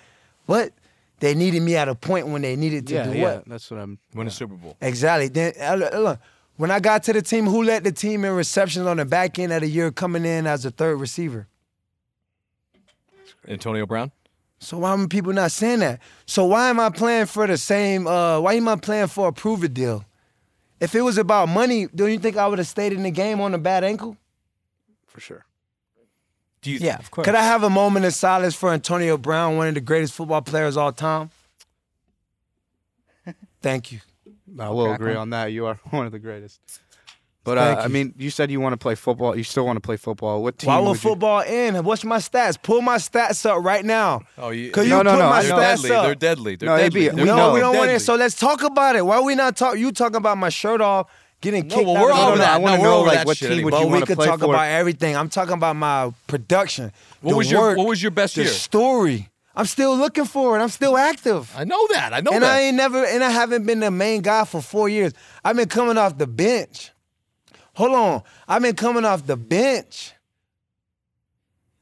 but they needed me at a point when they needed to
yeah,
do
yeah,
what
that's what I'm.
Win a Super Bowl.
exactly. Then uh, look, look, when I got to the team, who led the team in receptions on the back end of the year, coming in as a third receiver?
Antonio Brown.
So why am people not saying that? So why am I playing for the same? Uh, why am I playing for a prove it deal? If it was about money, don't you think I would have stayed in the game on a bad ankle?
for sure.
Do you?
yeah, of course.
Could I have a moment of silence for Antonio Brown, one of the greatest football players all time? Thank you.
I will agree on that. You are one of the greatest. But uh,
Thank
I
you.
mean, you said you want to play football. You still want to play football. What team?
Why will
would you-
football end? What's my stats? Pull my stats up right now.
Oh, you,
Could
you-
No,
you
no,
put
no,
my
I
They're
know.
stats
deadly.
up?
They're deadly. They're
No,
deadly.
AB,
They're
no,
deadly.
we don't want
Deadly.
it. So let's talk about it. Why are we not talk? You talking about my shirt off, getting
No,
kicked
well,
out
we're
of the-
all
no, no,
that.
I wanna
No, we're
know,
over
like,
that
what
shit
team
anymore.
would you
But we
wanna
could
play
talk
for?
about everything. I'm talking about my production.
What
the
was your
work,
What was your best
the
year?
story? I'm still looking for it. I'm still active.
I know that. I know
and
that.
I ain't never and I haven't been the main guy for four years. I've been coming off the bench. Hold on, I've been coming off the bench.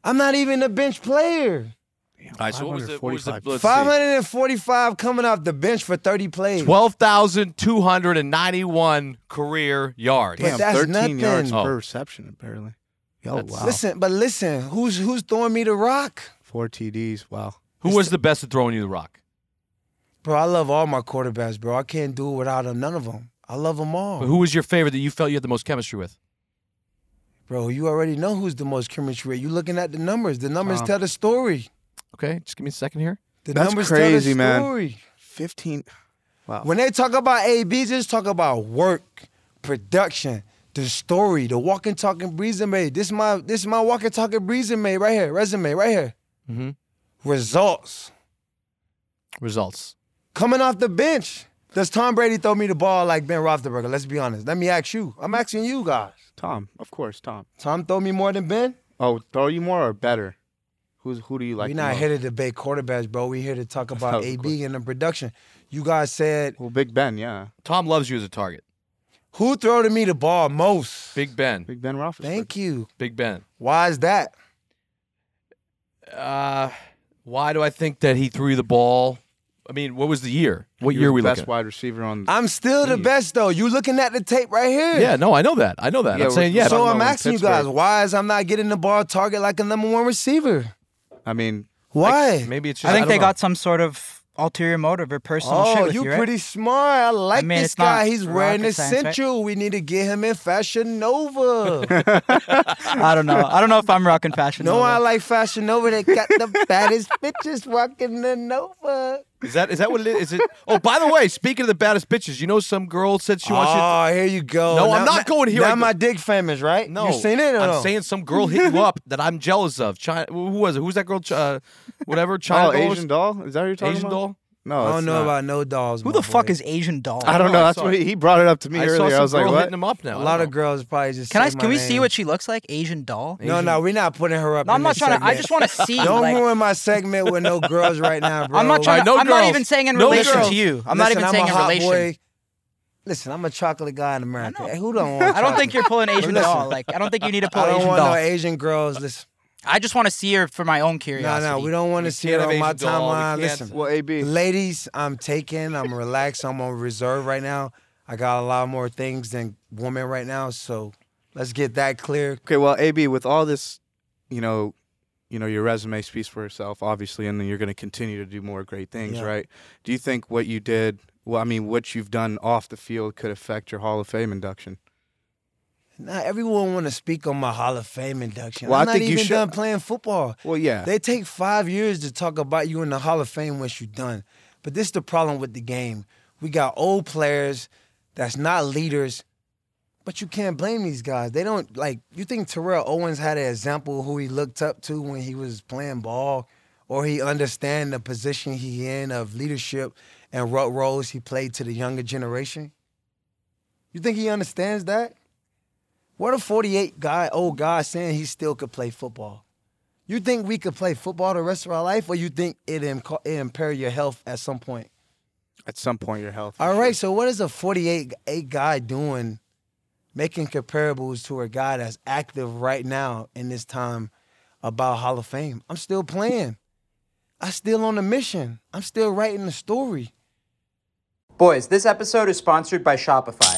I'm not even a bench player.
All right, so what was the, what was the
545.
let's see.
545 coming off the bench for 30 plays.
12,291 career yards.
But
Damn,
that's
13
nothing.
yards
Oh.
per reception apparently. Yo, wow.
Listen, but listen, who's who's throwing me the rock?
Four TDs. Wow.
Who was the best at throwing you the rock?
Bro, I love all my quarterbacks, bro. I can't do it without them, none of them. I love them all.
But who was your favorite that you felt you had the most chemistry with?
Bro, you already know who's the most chemistry. You looking at the numbers. The numbers
Tom.
tell the story.
Okay, just give me a second here.
The
That's
numbers
crazy,
tell the
man.
story.
15. Wow.
When they talk about AB, just talk about work, production, the story, the walking, talking resume. This my this my walking, talking resume right here, resume right here.
Mhm.
Results
Results.
coming off the bench. Does Tom Brady throw me the ball like Ben Roethlisberger? Let's be honest. Let me ask you. I'm asking you guys.
Tom, of course, Tom.
Tom throw me more than Ben?
Oh, throw you more or better? Who's who do you like?
We're
the
not
most?
here to debate quarterbacks, bro. We're here to talk
[LAUGHS] That
about
was a
AB
question.
and the production. You guys said
Well, Big Ben, yeah.
Tom loves you as a target.
Who throw to me the ball most?
Big Ben.
Big Ben Roethlisberger.
Thank you.
Big Ben.
Why is that?
Uh, why do I think that he threw you the ball? I mean, what was the year? What
He
year
was
we
best
looking?
wide receiver on.
I'm still the best though. You looking at the tape right here.
At? Mm. Yeah, no, I know that. I know that.
Yeah,
I'm
we're-
saying yeah.
Talking
So
about
I'm
when
asking you
Pittsburgh-
guys, why is I'm not getting the ball target like a number one receiver?
I mean,
Why?
maybe it's. Just,
I think
don't
they
know.
got some sort of ulterior motive or personal shit
oh,
with
you
you, right?
pretty smart. I like
mean,
this
it's not
guy. He's wearing
rocket
a
science, right?
central. We need to get him in Fashion
[LAUGHS]
Nova.
I don't know. I don't know if I'm rocking fashion.
no,
Nova.
I like Fashion Nova. They got
[LAUGHS]
the baddest bitches walking the Nova.
Is that is that what it is? is it, oh, by the way, speaking of the baddest bitches, you know some girl said she wants you. to-
oh, here you go.
No, I'm
Now-
not going here. I
Now
go-
my dick famous, right?
No,
you seen it? Or
I'm
no?
saying some girl hit you up that I'm jealous of. China, who was it? Who's that girl? Ch- Uh, whatever, China.
oh,
doll?
Asian doll. Is that what you're talking
Asian
about?
doll?
No,
I
it's
don't know
not.
about no dolls.
Who
my
the fuck
boy.
is Asian doll?
I
Can
don't
No,
know.
I
That's
saw
what
it.
he, he brought it up to me
I
earlier.
saw some
I was
girl
like, what?
hitting him up now.
A
I
lot
don't
of girls probably just.
I?
say my
Can we see
name.
what she looks like? Asian doll.
know.
No,
Asian-
no, we're not putting her up.
No,
in
I'm not
this
trying to. I
segment.
just want to see.
Don't
like,
ruin my segment with no girls right now, bro.
[LAUGHS] I'm not
Alright,
trying. to,
no
I'm not
girls.
even saying in
No
relation
girls.
to you. I'm not
Listen,
even saying
a
in
hot
relation.
boy. Listen, I'm a chocolate guy in America.
know.
Hey, who don't want?
[LAUGHS] I don't
chocolate?
think you're pulling Asian
Listen.
doll. Like I don't think you need to pull
I don't
Asian
want
doll.
no Asian girls. Listen,
I just want to see her for my own
no,
curiosity.
no, we don't want
We
to see
can't
it
have
on my
Asian doll. We
timeline.
can't-
[LAUGHS]
Listen,
Well, AB.
ladies, I'm taken. I'm relaxed. I'm on reserve right now. I got a lot more things than women right now, so let's get that clear.
Okay, well, AB, with all this, you know, you know, your resume speaks for itself, obviously, and then you're going to continue to do more great things,
Yeah.
right? Do you think what you did, well, I mean, what you've done off the field could affect your Hall of Fame induction?
Not everyone want to speak on my Hall of Fame induction.
Well,
I'm
I
not
think you
even
should-
done playing football.
Well, yeah.
They take five years to talk about you in the Hall of Fame once you're done. But this is the problem with the game. We got old players that's not leaders, but you can't blame these guys. They don't like you think Terrell Owens had an example who he looked up to when he was playing ball, or he understand the position he in of leadership and what roles he played to the younger generation. You think he understands that? What a 48 guy, old guy saying he still could play football. You think we could play football the rest of our life, or you think it, Im- it impair your health at some point?
At some point, your health.
All right, so what is a 48 eight guy doing, making comparables to a guy that's active right now in this time about Hall of Fame? I'm still playing. I'm still on the mission. I'm still writing the story.
Boys, this episode is sponsored by Shopify.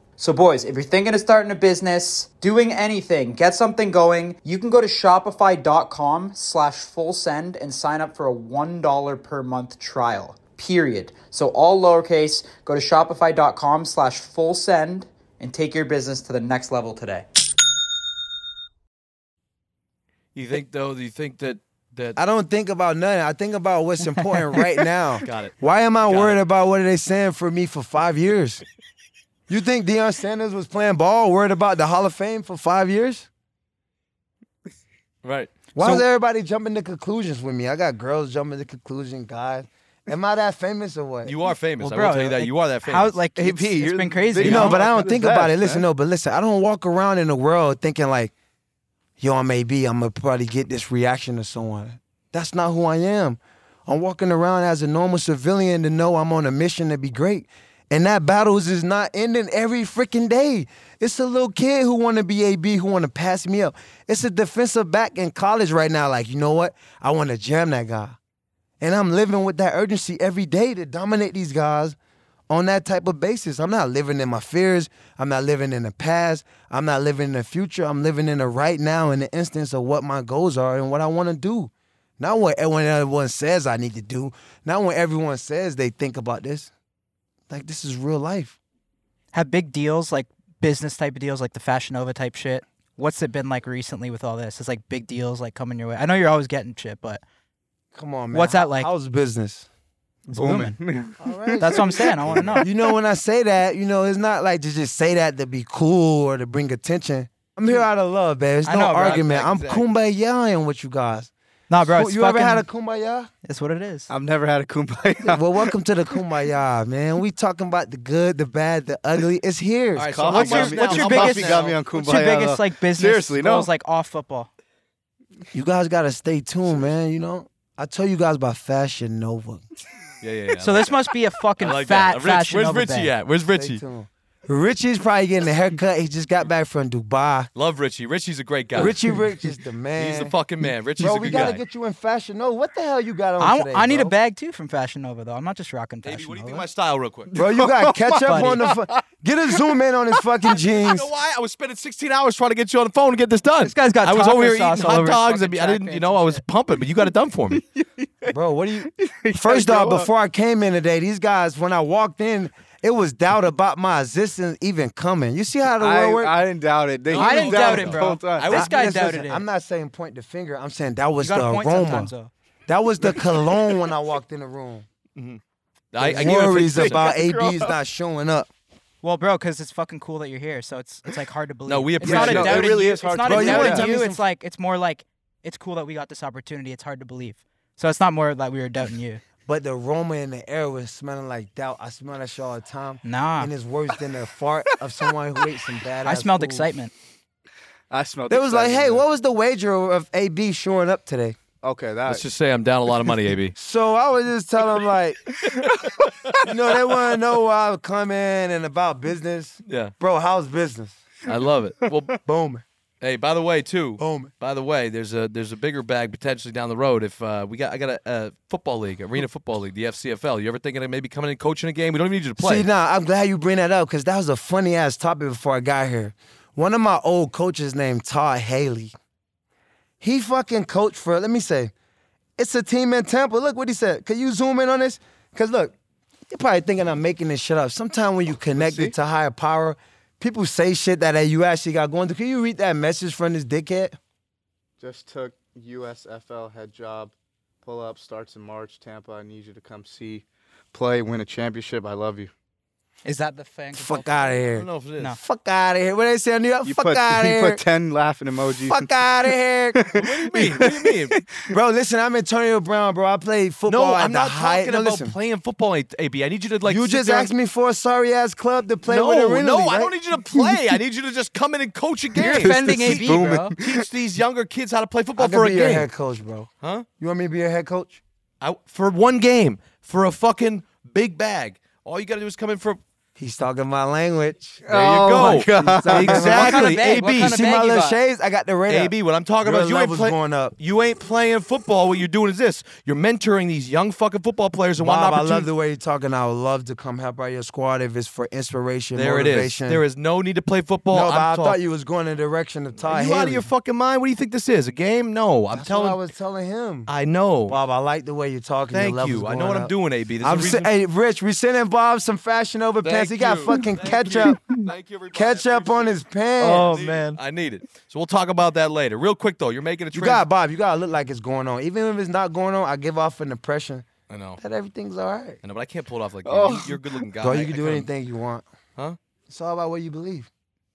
So, boys, if you're thinking of starting a business, doing anything, get something going, you can go to shopify.com slash full send and sign up for a $1 per month trial, period. So, all lowercase, go to shopify.com slash full send and take your business to the next level today.
You think though? Do you think that that?
I don't think about nothing. I think about what's important
[LAUGHS]
right now.
Got it.
Why am I
Got
worried
it.
about what are they saying for me for five years? You think Deion Sanders was playing ball, worried about the Hall of Fame for five years?
Right.
Why
So-
is everybody jumping to conclusions with me? I got girls jumping to conclusion, guys. Am I that famous or what?
You are famous.
Well,
I
bro,
will tell you that
it-
you are that famous.
How like
AP,
it's- it's
you're
been
the
crazy.
big-
You
huh?
know,
Yeah,
but I
I'm
don't
the
think about it.
best,
Listen,
man.
no, but listen, I don't walk around in the world thinking like, yo, I'm AB, I'm gonna probably get this reaction or someone. That's not who I am. I'm walking around as a normal civilian to know I'm on a mission to be great. And that battles is not ending every freaking day. It's a little kid who want to be AB, who want to pass me up. It's a defensive back in college right now. Like, you know what? I want to jam that guy. And I'm living with that urgency every day to dominate these guys on that type of basis. I'm not living in my fears. I'm not living in the past. I'm not living in the future. I'm living in the right now in the instance of what my goals are and what I want to do. Not what everyone- everyone says I need to do. Not when everyone says they think about this. Like this is real life.
Have big deals like business type of deals, like the Fashion Nova type shit. What's it been like recently with all this? It's like big deals like coming your way. I know you're always getting shit, but
Come on, man.
What's that like?
How's business?
it's booming.
Booming. [LAUGHS]
That's what I'm saying. I want to know.
you know, when I say that, you know, it's not like to just say that to be cool or to bring attention. I'm here out of love, man. It's
I
no
know, bro.
argument. I'm
Exactly.
kumbayaing with you guys.
Nah, bro. It's
you ever had a
fucking-
kumbaya?
[LAUGHS] It's what it is.
I've never had a kumbaya.
[LAUGHS] well, welcome to the kumbaya, man. We talking about the good, the bad, the ugly. It's here.
All right, so
Coffee
what's
What's your,
got me-
what's your
coffee
biggest?
got me on
what's
kumbaya,
your biggest
though.
like business
Seriously, no.
goals like off football?
You guys gotta stay tuned, man. You know, I tell you guys about Fashion Nova.
Yeah, yeah, yeah.
So this must be a fucking fat fashion
Where's
Nova
Richie
bag.
at? Where's
Stay
Richie?
tuned. Richie's probably getting a haircut. He just got back from Dubai.
Love Richie. Richie's a great guy. [LAUGHS]
Richie Rich is the man.
He's the fucking man. Richie's
Bro,
a
we
good
gotta
guy.
get you in Fashion Nova. What the hell you got on
Oh,
I,
today?
I need
bro?
a bag too from Fashion Nova though. I'm not just rocking Fashion
Baby, what do you think of
Nova.
my style, real quick?
Bro, you
[LAUGHS]
got catch up on the. Fu- get a zoom in on his fucking
You
jeans.
know why? [LAUGHS] I was spending 16 hours trying to get you on the phone to get this done.
This guy's got
I was
taco
over here eating
sauce all
hot
over his
dogs. I,
fucking
mean, I
track
didn't, you
pants
know,
and
I was
shit.
pumping, but you got it done for me.
Bro, what do
[LAUGHS]
you? First off, before I came in today, these guys, when I walked in, it was doubt about my existence even coming. You see how the
I,
world works?
I didn't doubt it. They,
I
he
didn't doubt
doubted
it,
the
bro.
whole time.
I was- This guy doubted it.
I'm not saying point the finger. I'm saying that was
You
the
got a point
aroma.
sometimes though.
That was the cologne when I walked in the room.
I, I gave it a
Worries
50%.
about AB's not showing up.
Well, bro, because it's fucking cool that you're here, so it's it's like hard to believe.
No, we
It's
appreciate
not
it.
a doubt
It really
you.
is hard
It's not
to
a
believe. Bro, you
doubt
wanna
in
tell me
you.
some-
It's like it's more like it's cool that we got this opportunity. It's hard to believe. So it's not more like we were doubting you.
But the aroma in the air was smelling like doubt. I smell that shit all the time.
Nah.
And it's worse than the fart of someone who ate some bad.
I smelled excitement.
I smelled.
They was like,
excitement.
hey, what was the wager of AB showing up today?
Okay, that.
Let's just say I'm down a lot of money, AB.
So I was just telling them like, you know, they want to know why I was coming and about business.
Yeah,
Bro, how's business?
I love it. Well,
Boom.
hey, by the way, too.
Boom.
By the way, there's a there's a bigger bag potentially down the road. If uh, we got, I got a, a football league, arena football league, the FCFL. You ever thinking of maybe coming in coaching a game? We don't even need you to play.
See, nah, I'm glad you bring that up because that was a funny ass topic before I got here. One of my old coaches named Todd Haley. He fucking coached for, let me say, it's a team in Tampa. Look what he said. Could you zoom in on this? Because look, you're probably thinking I'm making this shit up. Sometimes
Oh,
when you connect it to higher power, people say shit that uh, you actually got going through. Can you read that message from this dickhead?
Just took USFL head job. Pull up starts in March. Tampa, I need you to come see, play, win a championship. I love you.
Is that the thing?
Fuck out
I
of
don't
here.
know if it is.
No.
Fuck out of here. What they say in New York?
You
Fuck
put [LAUGHS]
out of
you
here.
put ten laughing emojis.
Fuck out
[LAUGHS]
of here.
What do you mean? What do you mean?
Bro, listen, I'm Antonio Brown, bro. I played football.
No,
at
I'm
the
not
high-
talking
no,
about
listen.
playing football, A- AB. I need you to like.
you
sit
just
there-
asked me for a sorry ass club to play
no,
with Arena
no,
League,
I
right?
don't need
[LAUGHS]
you to play. I need you to just come in and coach a game.
You're offending AB, bro.
[LAUGHS] Teach these younger kids how to play
I
football
could
for a
be your
game.
head coach, bro.
Huh?
You want me to be your head coach?
I, for one game, for a fucking big bag. All you got to do is come in for.
He's talking my language.
There you
[LAUGHS]
go.
Oh What kind
Exactly.
of bag? What
AB.
kind
See
of
See
bag
my
you
little
got?
shades? I got the radar.
AB, what I'm talking
Your
about, you ain't,
level's
play-
going up.
you ain't playing football. What you're doing is this. You're mentoring these young fucking football players and want an
Bob, I
opportunity.
love the way you're talking. I would love to come help out your squad if it's for inspiration,
there it is.
motivation.
There is no need to play football.
No,
I'm
but I
talk-
thought you was going in the direction of Ty
Are you
Haley.
out of your fucking mind? What do you think this is? A game? No, I'm
That's
telling.
what I was telling him.
I know.
Bob, I like the way you're talking. Your
Thank
level's
you. I know
going
what I'm
up.
doing, AB. This
I'm
is the
sa-
reason-
hey Rich, we sending Bob some fashion over
Thank
pants. He got
you.
fucking
Thank
ketchup,
you. [LAUGHS] Thank you, everybody.
ketchup on his pants.
I Oh, man, I need it. So we'll talk about that later. Real quick though, you're making a
you
trade.
got Bob. You gotta look like it's going on, even if it's not going on. I give off an impression
I know.
that everything's all right.
I know, but I can't pull it off like
Oh.
that. You're a good-looking guy.
Bro,
I-
you can
I
do
kinda-
anything you want.
Huh?
It's all about what you believe.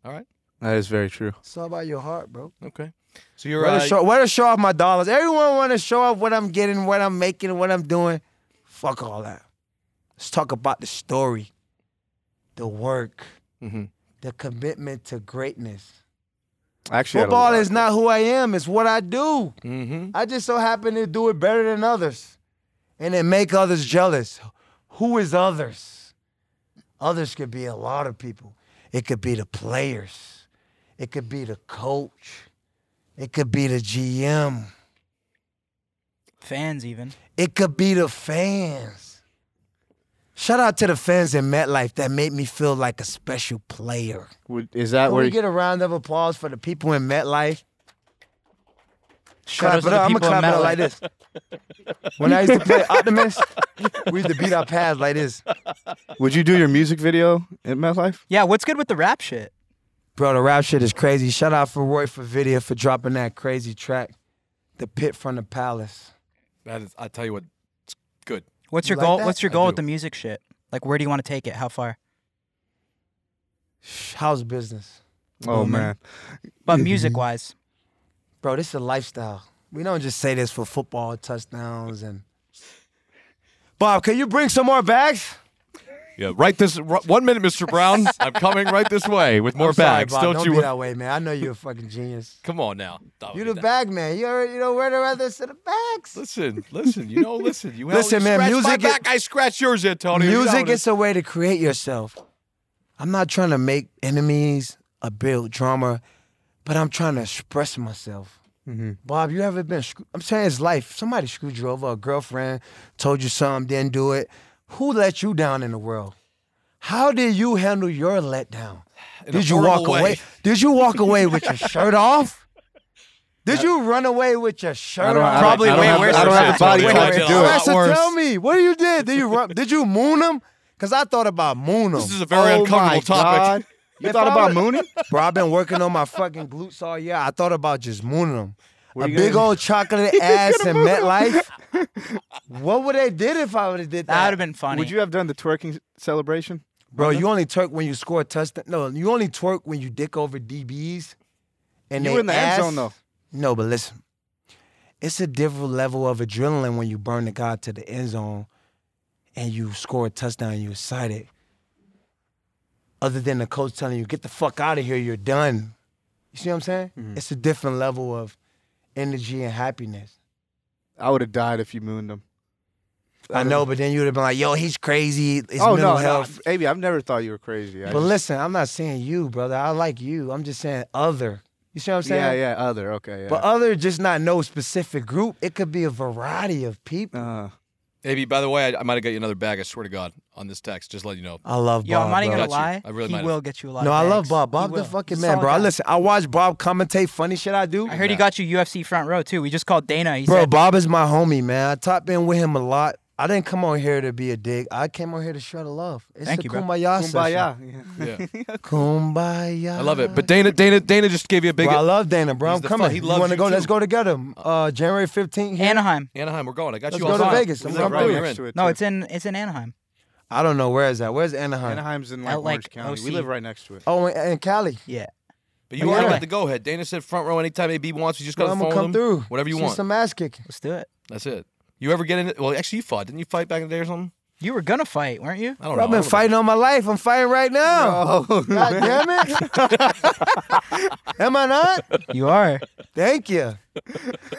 All right.
That is very true.
It's all about your heart, bro.
Okay. So you're
Where
uh,
to show, where to show off my dollars? Everyone want to show off what I'm getting, what I'm making, what I'm doing. Fuck all that. Let's talk about the story, the work,
Mhm.
the commitment to greatness.
I actually had a
Football
lot.
is not who I am, it's what I do.
Mhm.
I just so happen to do it better than others. And it make others jealous. Who is others? Others could be a lot of people. It could be the players. It could be the coach. It could be the GM.
Fans even.
It could be the fans. Shout out to the fans in MetLife that made me feel like a special player.
Would, is that
Can
where
we
you,
get a round of applause for the people in MetLife?
Shout
Clap
out to
it
the
up. I'm
people in
gonna clap it up like this. When I used to [LAUGHS] play Optimus, we used to beat our pads like this.
would you do your music video at MetLife?
Yeah, what's good with the rap shit?
Bro, the rap shit is crazy. Shout out for Roy for video for dropping that crazy track, "The Pit from the Palace."
That is, I tell you what, it's good.
What's
You
your
like
goal?
that?
What's
I
your goal with
do.
the music shit? Like, where do you want to take it? How far?
Shh, How's business,
Oh
Booming.
man,
Mm-hmm.
But music wise,
bro? This is a lifestyle. We don't just say this for football touchdowns and. Bob, can you bring some more bags?
Yeah, right this r- one minute, Mr.
[LAUGHS]
Brown. I'm coming right this way with more
I'm sorry,
bags.
Bob,
don't, you?
be that way, man. I know you're a fucking genius.
Come on now. Don't
You
do
the
that.
bag man. You already, you know where the others to the bags.
Listen, listen. You know, listen. You
[LAUGHS] Listen,
you
man,
scratch my
music is-
back. I scratch yours, Antonio. You
Music
know
is a way to create yourself. I'm not trying to make enemies or build drama, but I'm trying to express myself. Bob, you ever been? Screw- I'm saying it's life. Somebody screwed you over. A girlfriend told you something, didn't do it. Who let you down in the world? How did you handle your letdown?
[SIGHS] In a
did you walk
horrible way.
away? Did you walk away
[LAUGHS]
with your shirt off? Did you run away with your
I
shirt
don't, I
off?
don't-
Probably
I don't
way
have,
worse
I don't
than
have the
that.
body
Way
type
worse.
to
A
do
lot
it.
Professor,
worse.
tell me what you did. Did you run, did you moon him? Cause I thought about moon him.
This is a very
oh my
uncomfortable topic.
God. You
If
thought
I
about
was-
Mooney?
Bro, I've been working on my fucking glutes all year. I thought about just mooning them.
Where
a
you
big
gonna- [LAUGHS]
old chocolate ass in MetLife. what would they did if I would have did that?
that would have been funny.
Would you have done the twerking celebration?
Bro, you only twerk when you score a touchdown. No, you only twerk when you dick over DBs. And
You
they
were in the end
ass.
zone, though.
No, but listen, it's a different level of adrenaline when you burn the guy to the end zone and you score a touchdown. and You excited. Other than the coach telling you get the fuck out of here, you're done. You see what I'm saying?
Mm-hmm.
It's a different level of energy and happiness.
I would have died if you mooned him.
I know, but then you would have been like, "Yo, he's crazy. His
oh
mental
no,
health."
no, Amy, I've never thought you were crazy. I
But
just-
listen, I'm not saying you, brother. I like you. I'm just saying other. You see what I'm saying?
yeah, yeah, other, okay, yeah.
But uh, other, just not no specific group. It could be a variety of people.
uh,
Ab, by the way, I, I might have got you another bag. I swear to God, on this text, just let you know.
I love
Yo,
Bob.
I'm not even
bro.
gonna
Got you.
lie.
I really
he
might have.
will get you a lot.
No,
of
I love
bags.
Bob.
He
Bob the
will.
fucking
He's a
man,
solid
bro. I
guy.
listen, I watch Bob commentate funny shit I do.
I heard he got you UFC front row too. We just called Dana. He
bro,
said,
Bob is my homie, man. I top in with him a lot. I didn't come on here to be a dick. I came on here to shred a love. It's
Thank
a
you, bro.
kumbaya,
kumbaya.
[LAUGHS]
session.
yeah.
Yeah,
Kumbaya.
I love it.
Uh,
But Dana, Dana, Dana just gave you a big.
Bro, I love Dana, bro.
He's
I'm
the
coming.
fu- he
you
loves
wanna
you
go?
too.
Let's go together. Uh, January 15th. Here.
Anaheim.
Anaheim, we're going. I got
Let's
you. all
go to
signed.
Vegas.
We
I'm
live
coming
right
through.
next to it.
No,
too.
it's in it's in Anaheim.
I don't know where is that. Where's Anaheim?
Anaheim's in
Out,
like
like,
Orange County. We
OC.
live right next to it.
Oh, and, and Cali.
Yeah.
But you
Yeah.
already got the go ahead. Dana said front row anytime AB wants. You just got
Bro,
to
I'm
phone
gonna come
him.
through.
Whatever you
See
want.
Some ass kicking.
Let's do it.
That's it. You ever get in? Well, actually, you fought. Didn't you fight back in the day or something?
You were gonna fight, weren't you?
I don't
Bro,
know.
I've been
I don't
fighting all my life. I'm fighting right now.
Oh,
God damn it. Am I not?
You are.
Thank you.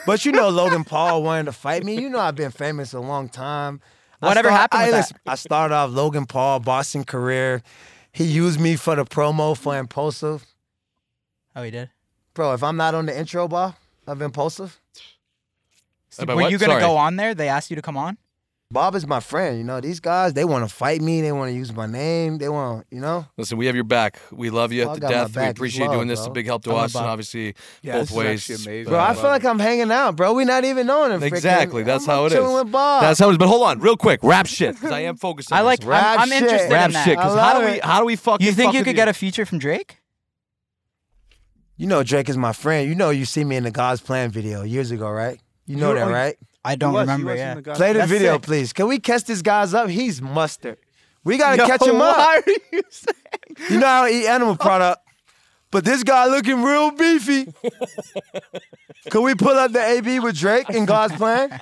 But you know Logan Paul wanted to fight me. You know I've been famous a long time. I
Whatever
start-
happened
I,
with that?
listen, I started off Logan Paul boxing career. He used me for the promo for Impulsive.
Oh, he did.
Bro, if I'm not on the intro bar of Impulsive,
Uh, but
were
what?
you gonna
Sorry.
go on there? They asked you to come on.
Bob is my friend. You know, these guys, they want to fight me. They want to use my name. They want, you know.
Listen, we have your back. We love you
Well, I
to
got my
death.
back.
We
It's
appreciate you
love,
doing this. It's
bro.
a big help to
I love
us, and
Bob.
obviously
Yeah,
both
this is
ways.
actually amazing.
Bro, I
Yeah.
feel like I'm hanging out, bro. we not even knowing him. freaking-
Exactly. That's
I'm
how it is.
chilling With Bob.
That's how it is. But hold on, real quick, rap shit, because I am
[LAUGHS]
focused. On
I like.
this.
rap
I'm, I'm
shit.
interested
rap
in that.
shit. Because
I
how
love
do we?
it.
How do we fucking?
you
fuck
think you
with
could get a feature from Drake?
you know Drake is my friend. You know you see me in the God's Plan video years ago, right? You know
You're-
that, right?
I
He
don't
was- he
remember.
was in
Yeah.
the guy-
Play the
That's
video,
sick.
please. Can we catch this guy's up? He's mustard. We gotta
Yo,
catch him
Why
up.
are you saying?
You know I don't eat animal product, but this guy looking real beefy. Could we pull up the AB with Drake and God's [LAUGHS] Plan?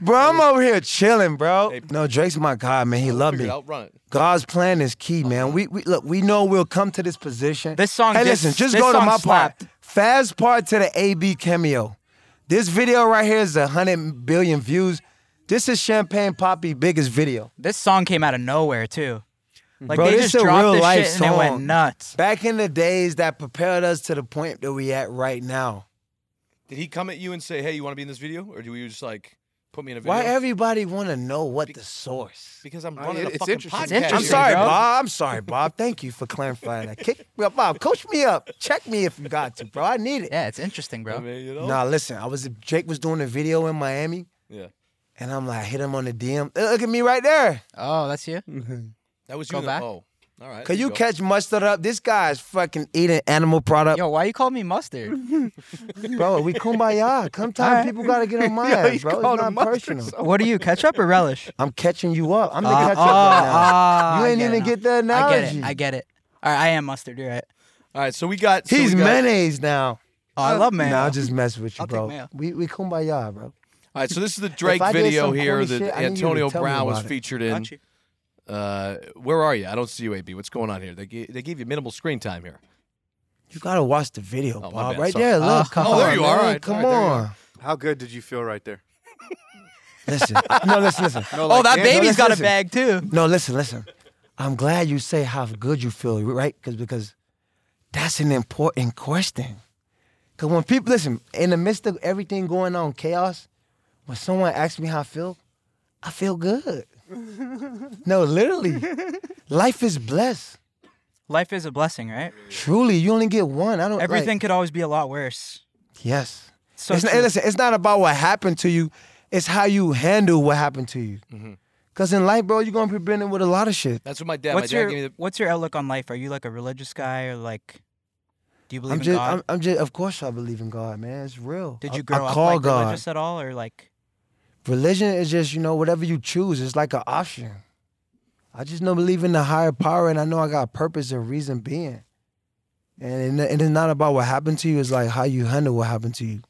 Bro, I'm over here chilling, bro. No, Drake's my guy, man. He loved
Figure
me.
it out, run it.
God's plan is key, man. We, we look, we know we'll come to this position.
This song
Hey,
dis-
listen, just
this
go to
song
my
slapped.
part. Fast part to the AB cameo. This video right here is a hundred billion views. This is Champagne Poppy biggest video.
This song came out of nowhere too. Like
Bro,
they
this
just
a
dropped
real
this
life
shit and it went
song.
nuts.
Back in the days that propelled us to the point that we at right now.
Did he come at you and say, "Hey, you want to be in this video?" Or do you just like put me in a video?
Why everybody want to know what the source?
because I'm
I mean,
running a
it's
fucking
interesting. It's
podcast.
I'm
interesting,
sorry,
bro.
Bob. I'm sorry, Bob. Thank you for clarifying that. Kick me up, Bob. Coach me up. Check me if you got to, bro. I need it.
Yeah, it's interesting,
I
bro.
mean, you know?
Nah, listen. I was Jake was doing a video in Miami,
Yeah.
and I'm like, I hit him on the DM. Uh, Look at me right there.
Oh, that's you.
That was you.
Go
in the-
back.
Oh, all right.
Can
there
you
go.
catch mustard up? This guy's fucking eating animal product,
Yo, why you call me mustard?
bro. We kumbaya. Sometimes
Alright.
people gotta
[LAUGHS]
get on my
Yo,
ass,
you
bro.
called
It's
him
not
mustard
personal.
sauce.
what are you, ketchup or relish?
I'm catching you up. I'm the
Ah,
catch up
ah,
right now.
ah,
You
I
ain't
it
even
now.
get the
I get
analogy.
it. I get it. All right, I am mustard. You're right.
All right, so we got. so
He's
we got-
mayonnaise now.
Oh, I love mayo.
Now I'll Uh, just mess with you,
I'll take
bro.
mayo.
We we kumbaya, bro.
All right, so this is the Drake
If I did
video
some
here
corny
that
shit, I need you to
Antonio
tell me
Brown was
about it.
featured in.
Got you.
Uh, where are you? I don't see you, AB. What's going on here? They gave, they gave you minimal screen time here.
You gotta watch the video,
Oh, my
Bob.
bad,
Right
sorry.
there, look.
Ah.
come
Oh,
on,
there you are.
man.
Alright,
Come
alright, there you
on.
How good did you feel right there?
Listen, no, listen,
[LAUGHS]
listen.
No,
Oh,
like,
that
damn, that's-
baby's got
listen.
a bag too.
No, listen, listen. I'm glad you say how good you feel, right? Because because that's an important question. Because when people listen, in the midst of everything going on, chaos, when someone asks me how I feel, I feel
[LAUGHS]
good. no, literally, life is blessed.
Life is a blessing, right?
Truly, you only get one. I don't like-
Everything could always be a lot worse.
yes.
So
it's not,
true.
listen, it's not about what happened to you. It's how you handle what happened to you. Because in life, bro, you're gonna be dealing with a lot of shit.
That's what my dad.
what's
my dad
your
gave me the.
What's your outlook on life? Are you like a religious guy or like? Do you believe
I'm
in
just,
God?
I'm, I'm just, of course, I believe in God, man. It's real.
Did
I-
you grow
I
up
call
like
God.
religious at all, or like?
Religion is just, you know, whatever you choose. It's like an option. I just know believe in the higher power, and I know I got purpose and reason being. And it, it is not about what happened to you. It's like how you handle what happened to you.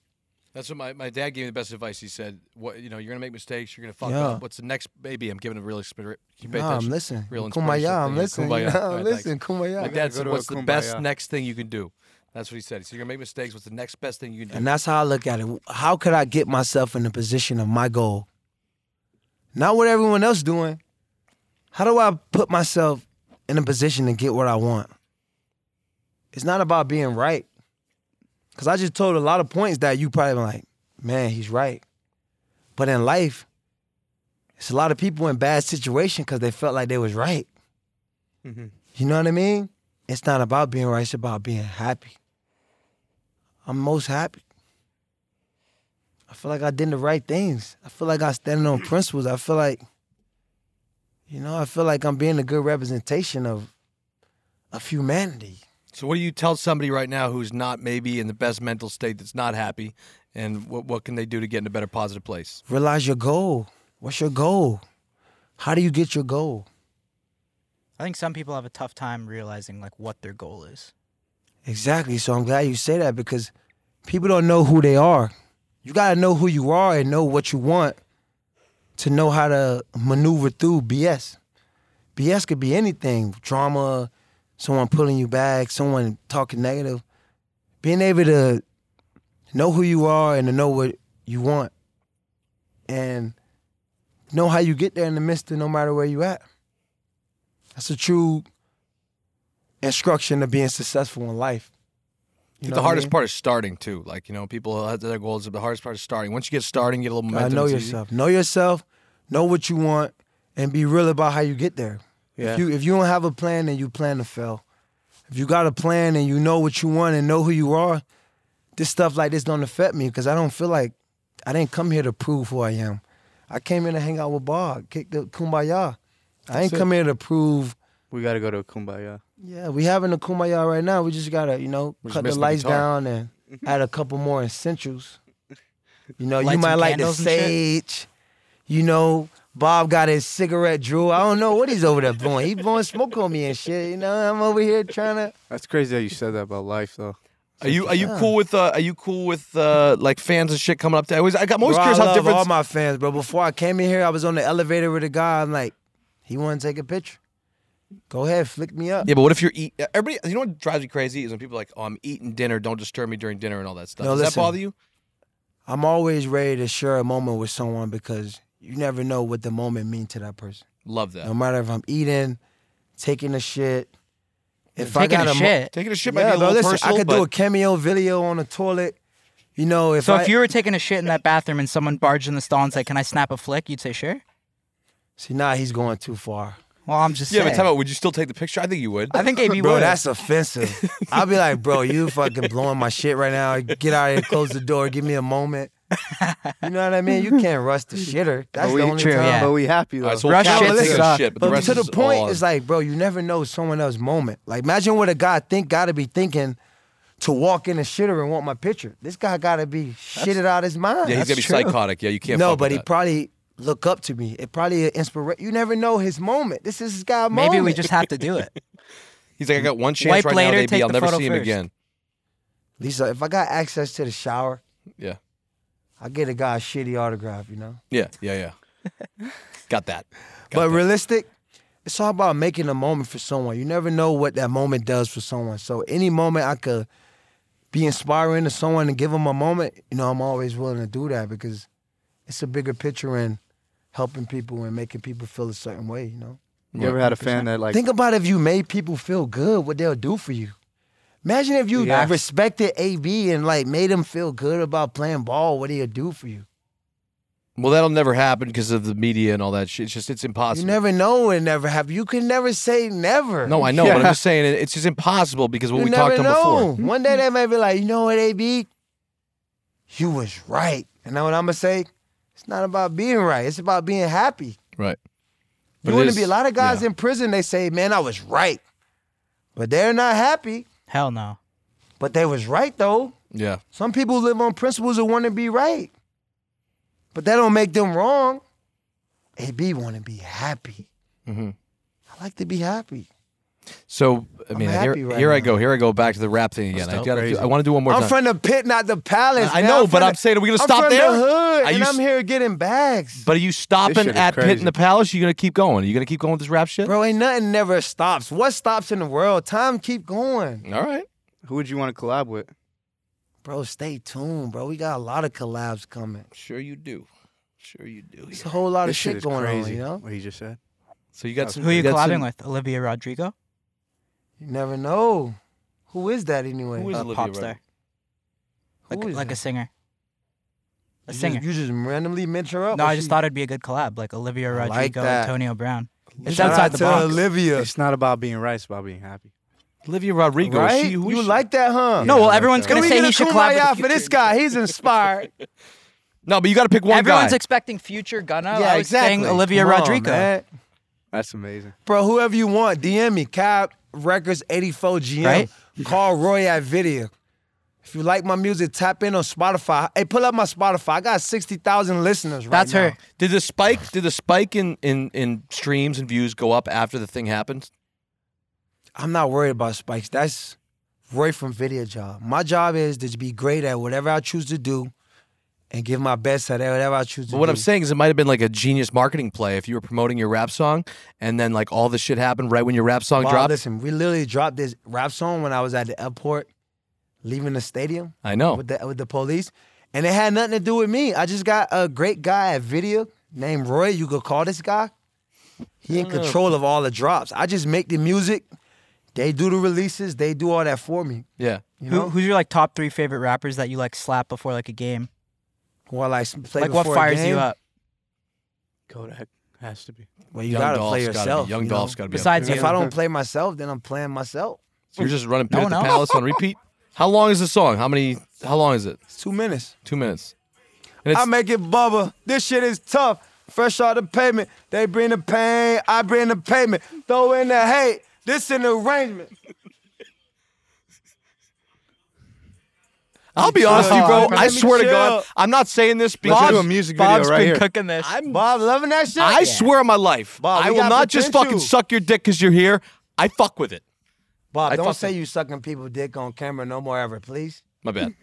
That's what my, my dad gave me the best advice. He said, "What you know, you're gonna make mistakes. You're gonna fuck
Yeah.
up. What's the next baby? I'm giving a really spirit. You pay
Nah, I'm
attention.
listening.
Real inspirational
Kumbaya, I'm
thing.
listening.
Kumbaya.
you know,
All
[LAUGHS] I'm
right, thanks.
listening.
My
Kumbaya.
dad
go
said,
to a
"What's the best
kumbaya."
next thing you can do?" That's what he said. He said, "You're gonna make mistakes. What's the next best thing you can do?"
And that's how I look at it. How could I get myself in the position of my goal? Not what everyone else doing. How do I put myself in a position to get what I want? It's not about being right. Cause I just told a lot of points that you probably been like, man, he's right. But in life, it's a lot of people in bad situation because they felt like they was right.
Mm-hmm.
You know what I mean? It's not about being right, it's about being happy. I'm most happy. I feel like I did the right things. I feel like I'm standing on principles. I feel like, you know, I feel like I'm being a good representation of of humanity.
So, what do you tell somebody right now who's not maybe in the best mental state, that's not happy, and what what can they do to get in a better, positive place?
Realize your goal. What's your goal? How do you get your goal?
I think some people have a tough time realizing like what their goal is.
Exactly. So I'm glad you say that because people don't know who they are. You gotta know who you are and know what you want to know how to maneuver through BS. BS could be anything drama, someone pulling you back, someone talking negative. Being able to know who you are and to know what you want and know how you get there in the midst of no matter where you at. That's a true instruction to being successful in life. You know
the
what I
hardest
mean?
part is starting too. Like you know, people have their goals, but the hardest part is starting. Once you get starting, you get a little
I
momentum.
know
it's easy.
yourself. Know yourself. Know what you want, and be real about how you get there.
Yeah.
If you if you don't have a plan, then you plan to fail. If you got a plan and you know what you want and know who you are, this stuff like this don't affect me because I don't feel like I didn't come here to prove who I am. I came here to hang out with Bob, kick the kumbaya. I ain't
it.
come here to prove.
We got to go to a kumbaya.
Yeah, we having a kumbaya right now. We just gotta, you know,
We just
cut the
missed the
lights
guitar. [LAUGHS]
down and add a couple more essentials. You know,
Light
you
some
might like the
candles and shit.
sage. You know, Bob got his cigarette drew. I don't know what he's over there blowing. He blowing smoke on me and shit. You know, I'm over here trying to.
That's crazy how you said that about life, though.
Are you are you cool with uh, are you cool with uh, like fans and shit coming up to? I was I got- I'm always
Bro,
curious how
I love
different.
all my fans, bro. Before I came in here, I was on the elevator with a guy. I'm like, he want to take a picture. Go ahead, flick me up.
yeah, but what if you're eat? Everybody, you know what drives me crazy is when people are like, oh, I'm eating dinner, don't disturb me during dinner and all that stuff.
No,
Does
listen.
that bother you?
I'm always ready to share a moment with someone because you never know what the moment mean to that person.
Love that.
No matter if I'm eating, taking a shit, if I
Taking
got
a
mo-
shit.
Taking a shit might
yeah,
be a
bro,
little
listen,
personal,
I could
but
do a cameo video on the toilet. You know, if
So
I,
if you were taking a shit in that bathroom and someone barged in the stall and said, "Can I snap a flick?" You'd say, "Sure."
see now he's going too far.
Well, I'm just
yeah,
saying.
but time out. Would you still take the picture? I think you would.
I think
[LAUGHS]
AB
Bro,
would.
that's
[LAUGHS]
offensive. I'll be like, bro, you fucking blowing my shit right now. Get out of here, close the door, give me a moment. You know what I mean? You can't rush
[LAUGHS]
the shitter. That's
But we-
the only
true,
time.
yeah.
But we happy
All
though.
right, so we'll
Rush
count
shit
it as taking a
sucks.
shit, but,
But
the rest
to the
is all
point,
on-
it's like, bro, you never know someone else's moment. Like, imagine what a guy think gotta be thinking to walk in a shitter and want my picture. This guy gotta be shitted out his mind.
yeah, he's
That's
gonna be
true.
psychotic. Yeah, you can't.
No,
fuck
but
with
he
that.
probably look up to me. It probably an inspiration. You never know his moment. This is his guy moment.
Maybe we just have to do it.
he's like, I got one chance
Wipe
right
later,
now, baby.
take
I'll
the
never
photo
see him
first.
again.
Lisa, if I got access to the shower,
Yeah,
I get a guy a shitty autograph, you know?
yeah, yeah,
[LAUGHS]
yeah. got that.
but realistic, it's all about making a moment for someone. You never know what that moment does for someone. So any moment I could be inspiring to someone and give them a moment, you know, I'm always willing to do that because it's a bigger picture in helping people and making people feel a certain way, you know?
you ever had a fan that like
Think about if you made people feel good, what they'll do for you. Imagine if you
Yeah.
respected AB and like made him feel good about playing ball, what he'll do for you.
Well, that'll never happen because of the media and all that shit. It's just it's
You
impossible.
never know and never have. You can never say never.
no, I know, but I'm
Yeah.
just saying it, it's just impossible because what
you
we
never
talked on
know.
before. Hmm.
One day they might be like, you know what, AB? You was right. And know what I'm gonna say? It's not about being right. It's about being happy.
Right. But
You
it
want to
is-
be a lot of guys
yeah.
in prison. They say, man, I was right, but they're not happy. [LAUGHS]
Hell no.
But they was right though.
Yeah.
Some people live on principles and want to be right, but that don't make them wrong. AB want to be happy.
Mhm.
I like to be happy.
So I mean,
happy
here,
right
here I
now.
go. Here I go back to the rap thing again. I, gotta, do- I want to do one more
I'm
time.
from the pit, not the palace.
I
man.
know,
I'm
but
from
I'm
the-
saying, are we gonna
I'm
stop
from
there?
The hood,
Are
and
you
I'm
s-
here getting bags.
but are you stopping
shit is
at
crazy.
Pit in the Palace? You gonna keep going? You gonna keep going with this rap shit?
Bro, ain't nothing never stops. What stops in the world? Time keep going.
All right.
who would you want to collab with?
Bro, stay tuned, bro. We got a lot of collabs coming.
Sure you do. Sure you do.
It's a whole lot
This
of
shit
shit
is
going
crazy.
on, you know?
What he just said.
So you got some.
Who are you
got
collabing
some-
with? Olivia Rodrigo,
You never know. Who is that anyway? Uh,
Who is
a
Olivia
pop
Rodrigo?
star,
Who
like
is
like a
that?
singer.
You
A
just-
singer.
You just, randomly mention her up.
No,
or
I just
she-
thought it'd be a good collab, like Olivia
like
Rodrigo,
that.
Antonio Brown. It's
Shout
outside
out
the
to
box.
Olivia.
It's not about being right. It's about being happy.
Olivia Rodrigo. is
Right?
She, who is
you
she?
like that, huh?
No,
Yeah, I
well,
like
everyone's
that.
Can
gonna
we
say
get
he
a
should collab
kumbaya
with
for this guy? He's inspired.
No, but you got to pick one
Everyone's
guy.
expecting future Gunna.
yeah,
I was saying
exactly.
Olivia
Come on,
Rodrigo.
man.
That's amazing.
Bro, whoever you want, DM me. Cab Records 84 GM.
Right?
Call Roy at Video. If you like my music, tap in on Spotify. Hey, pull up my Spotify. I got 60,000 listeners right
That's
now.
her.
did the spike? Did the spike in, in in streams and views go up after the thing happened?
I'm not worried about spikes. That's Roy from Video Job. My job is to be great at whatever I choose to do and give my best at whatever I choose to
But what
do.
I'm saying is, it might have been like a genius marketing play if you were promoting your rap song, and then like all this shit happened right when your rap song
Wow,
dropped.
listen, we literally dropped this rap song when I was at the airport leaving the stadium.
I know.
[LAUGHS] with the with the police, and it had nothing to do with me. I just got a great guy at video named Roy. You could call this guy. He in control of all the drops. I just make the music. They do the releases. They do all that for me.
Yeah.
You
Who,
know,
who's your like top three favorite rappers that you like slap before like a game?
while I s- play
like what
before a
fires
game,
you up
Kodak has to be.
Well, you
Young
gotta
Dolph's
play
gotta be-
yourself.
Young
you know?
Dolph's got to be. up
besides
If
you?
I don't play myself, then I'm playing myself.
there. So you're just running pit
No
at the
one else?
palace on repeat. How long is the song? How many? How long is it?
It's two minutes.
Two minutes. And it's,
I make it bubba. This shit is tough. Fresh out the pavement. They bring the pain. I bring the payment. Throw in the hate. This an arrangement.
I'll be honest with you,
Chill.
bro. I
Let me
swear to
chill.
God, I'm not saying this
Let's
because
do a music video right here.
cooking this.
I'm
Bob loving that shit.
I swear on my life,
Bob,
I
we
will
got
not just
potential.
fucking suck your dick because you're here. I fuck with it.
Bob,
I
don't
fucked
say
him.
you sucking people dick on camera no more ever, please.
My
[LAUGHS]
bad.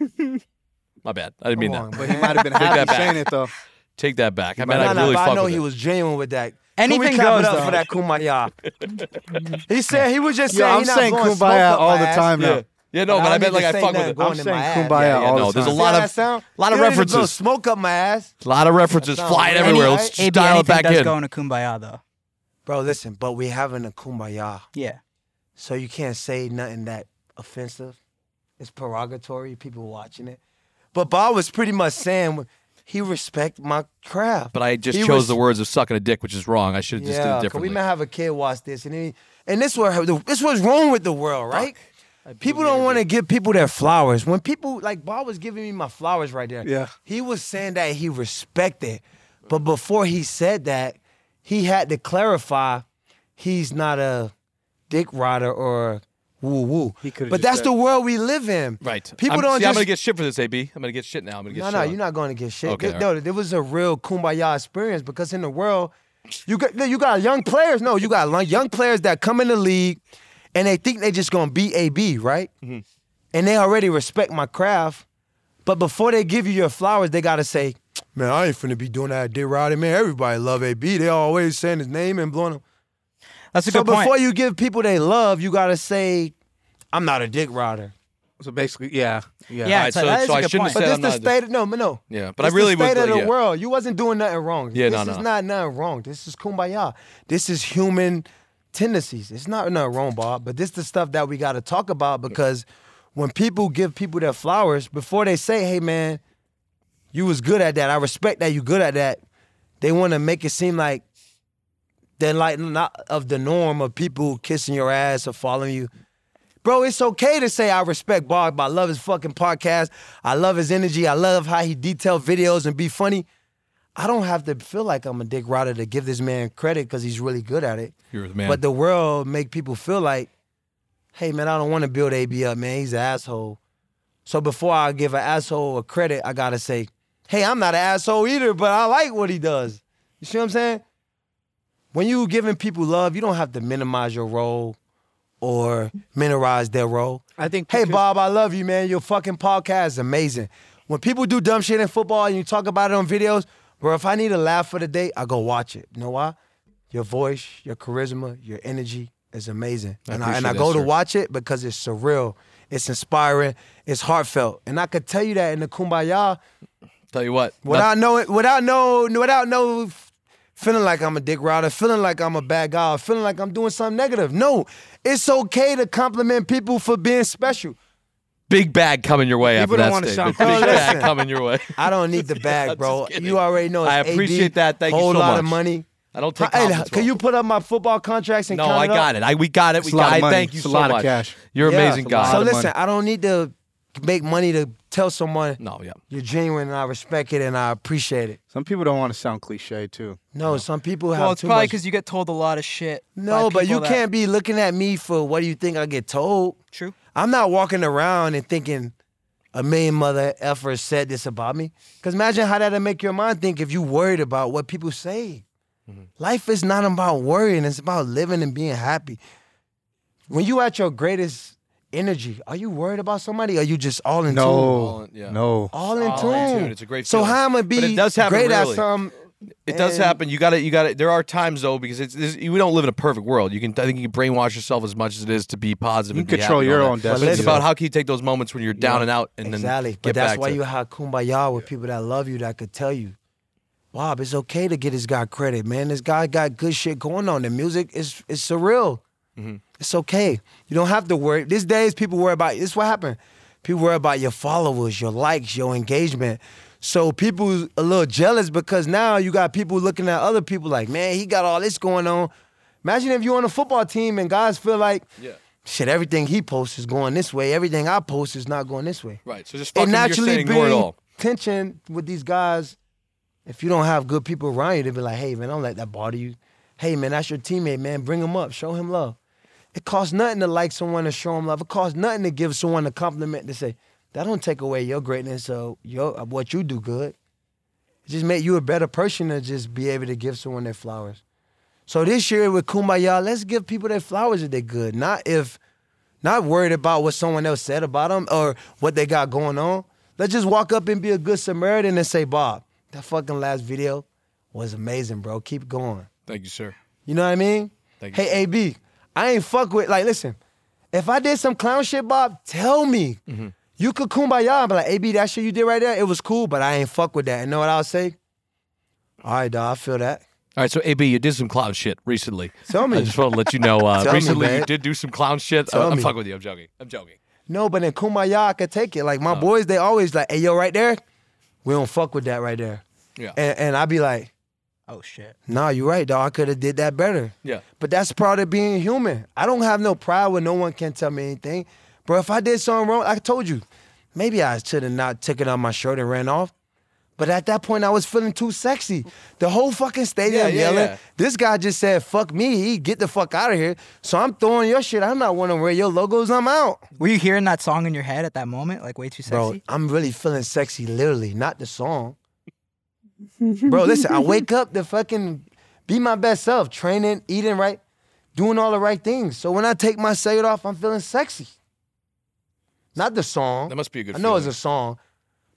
my bad. I didn't
Come
mean
on,
that.
but
He might have been happy
that back.
saying it though.
Take that back. I mean,
Nah,
I
nah,
really
but
fuck
I know
with
he
it.
was genuine with that. Can we
Anything
clap it
goes,
up
though.
for that kumbaya. he said he was just
[LAUGHS]
saying.
Yeah,
he
I'm
not
saying
blowing smoke
kumbaya
up
all
my
the
ass. [LAUGHS]
time now.
Yeah, no, but I
don't
bet
need
like
to
I
say
fuck with
nothing
it.
going
I'm
in
saying
my ass.
kumbaya
Yeah, yeah,
all
no,
the
there's a
time.
lot
See how
of
that sound? You don't need to blow
smoke up my ass,
A lot of references
That's
flying
not-
everywhere.
Any-
Let's just
AB,
dial it
anything
back
does
in.
go into kumbaya though.
bro. Listen, but we're having a kumbaya,
Yeah.
so you can't say nothing that offensive. It's derogatory. People watching it, but Bob was pretty much saying he respect my craft.
But I just
He
chose
res-
the words of sucking a dick, which is wrong. I should have just did it
'cause
differently.
we might have a kid watch this, and he, and this what this what's wrong with the world, right? People don't want to give people their flowers. When people like Bob was giving me my flowers right there,
Yeah.
he was saying that he respected, but before he said that, he had to clarify he's not a dick rider or woo woo.
He could've
But
just
that's
said-
the world we live in.
Right.
People
I'm,
don't
see, I'm
just
gonna get shit for this, AB. I'm gonna get shit now. I'm gonna get
no,
shit.
no,
on.
you're not going to get shit.
Okay,
Th-
all
no, there was a real kumbaya experience because in the world, you got no, you got young players. No, you got lo- young players that come in the league and they think they just going to be AB, right?
Mm-hmm.
And they already respect my craft, but before they give you your flowers, they got to say, "Man, I ain't finna be doing that, dear Roddy. Man, everybody love AB. They always saying his name and blowing him."
That's a
So
good point.
before you give people they love, you got to say, "I'm not a dick rider."
So basically, yeah, yeah.
yeah,
All right,
it's like,
so-
that is
so
a
I
good
shouldn't have
point.
But
said-
this
I'm
the
not a dick-
state of no, but no.
Yeah, but
This
I really
the
would-
state of the
yeah.
world. You wasn't doing nothing wrong.
Yeah,
this
no,
is
no.
not nothing wrong. This is kumbaya. This is human tendencies. It's not nothing wrong, Bob. But this the stuff that we got to talk about because when people give people their flowers before they say, "Hey, man, you was good at that. I respect that. You good at that." They want to make it seem like they're like not of the norm of people kissing your ass or following you. Bro, it's okay to say I respect Bob. I love his fucking podcast. I love his energy. I love how he detail videos and be funny. I don't have to feel like I'm a dick rider to give this man credit because he's really good at it.
You're the man.
But the world make people feel like, hey man, I don't want to build AB up, man. He's an asshole. So before I give an asshole a credit, I gotta say, hey, I'm not an asshole either, but I like what he does. You see what I'm saying? When you giving people love, you don't have to minimize your role or minimize their role.
I think.
Hey
because-
Bob, I love you, man. Your fucking podcast is amazing. When people do dumb shit in football and you talk about it on videos, bro, if I need a laugh for the day, I go watch it. You know why? Your voice, your charisma, your energy is amazing. and I, and I
appreciate
go
that,
to
sir.
watch it because it's surreal, it's inspiring, it's heartfelt. And I could tell you that in the Kumbaya
Tell you what.
without knowing, without no, without no f- feeling like I'm a dick rider, feeling like I'm a bad guy, or feeling like I'm doing something negative. No, it's okay to compliment people for being special.
Big bag coming your way
People
after
don't
that
wanna
statement.
sound
Big
petty.
bag
Listen.
coming your way.
I
[LAUGHS]
don't need the bag,
just
bro.
kidding.
You already know. It's
I
AD,
appreciate that. Thank you
whole
so
lot of
much.
money.
I don't take
Hey,
compliments.
can
well.
you put up my football contracts and
No,
count
I
it up?
got it. I we got it.
It's
we
a lot
got.
of
I
money.
thank you
It's a
so
lot of
much.
cash.
You're
Yeah.
amazing, guy.
So
of
listen,
money.
I don't need to make money to tell someone
No, yeah.
you're genuine and I respect it and I appreciate it.
Some people don't want to sound cliche too.
No, some people have
well, it's
too
probably
much.
because you get told a lot of shit. by
No, but
people
you
that-
can't be looking at me for what do you think I get told.
True.
I'm not walking around and thinking a million mother effers said this about me. Because imagine how that'll make your mind think if you worried about what people say. Life is not about worrying, it's about living and being happy. When you at your greatest energy, are you worried about somebody? Or are you just all in tune?
All
No,
in- yeah.
no.
All in
All
tune.
in tune. It's a great
So
feeling.
how am I
But it
be
does happen
great at
rarely.
some
It does
And-
happen. You got to You got to There are times though because it's, it's you, we don't live in a perfect world. You can I think you can brainwash yourself as much as it is to be positive.
You
and be
control
happy and
your
all
own
that. But It's
destiny.
about how can you take those moments when you're down and out and
exactly.
then
but
get
that's
back
why
to
you
it.
have kumbaya with people that love you that could tell you, Bob, it's okay to get this guy credit, man. This guy got good shit going on. The music is is surreal.
Mm-hmm.
It's okay. You don't have to worry. These days, people worry about this. Is what happened? People worry about your followers, your likes, your engagement. So people a little jealous because now you got people looking at other people like, man, he got all this going on. Imagine if you're on a football team and guys feel like,
Yeah.
shit, everything he posts is going this way. Everything I post is not going this way
Right. So just
it
fucking you're
naturally
saying ignore it
brings
all.
tension with these guys. If you don't have good people around you, they be like, "Hey man, don't let that bother you. Hey man, that's your teammate, man. Bring him up, show him love. It costs nothing to like someone and show him love. It costs nothing to give someone a compliment to say that don't take away your greatness or your of what you do good. It just make you a better person to just be able to give someone their flowers. So this year with Kumbaya, let's give people their flowers if they're good, not if not worried about what someone else said about them or what they got going on. Let's just walk up and be a good Samaritan and say, Bob, that fucking last video was amazing, bro. Keep going.
Thank you, sir.
You know what I mean?
Thank you.
hey, AB, I ain't fuck with, like, listen, If I did some clown shit, Bob, tell me.
Mm-hmm.
You could kumbaya and be like, AB, that shit you did right there, it was cool, but I ain't fuck with that. And know what I'll say? All right, dog, I feel that.
All right, so AB, you did some clown shit recently.
Tell me.
I just want to let you know. Uh,
[LAUGHS] Tell me,
recently,
man.
you did do some clown shit.
Tell
Uh, I'm
me.
fucking with you. I'm joking. I'm joking.
No, but in Kumbaya, I could take it. Like
Oh.
my boys, they always like, hey, yo, right there, we don't fuck with that right there.
Yeah.
And, and i be like,
Oh shit.
nah, you're right, dog. I could have did that better.
Yeah.
But that's part of being human. I don't have no pride when no one can tell me anything. Bro, if I did something wrong, I told you, maybe I should have not took it on my shirt and ran off. But at that point, I was feeling too sexy. The whole fucking stadium
Yeah, yeah,
yelling.
yeah.
This guy just said, fuck me, he get the fuck out of here. So I'm throwing your shit. I'm not one to wear your logos, I'm out.
Were you hearing that song in your head at that moment? Like way too sexy.
Bro, I'm really feeling sexy, literally, not the song. Bro, listen, I wake up to fucking be my best self, training, eating right, doing all the right things. So when I take my shirt off, I'm feeling sexy. Not the song.
That must be a good
I know it's
feeling.
a song,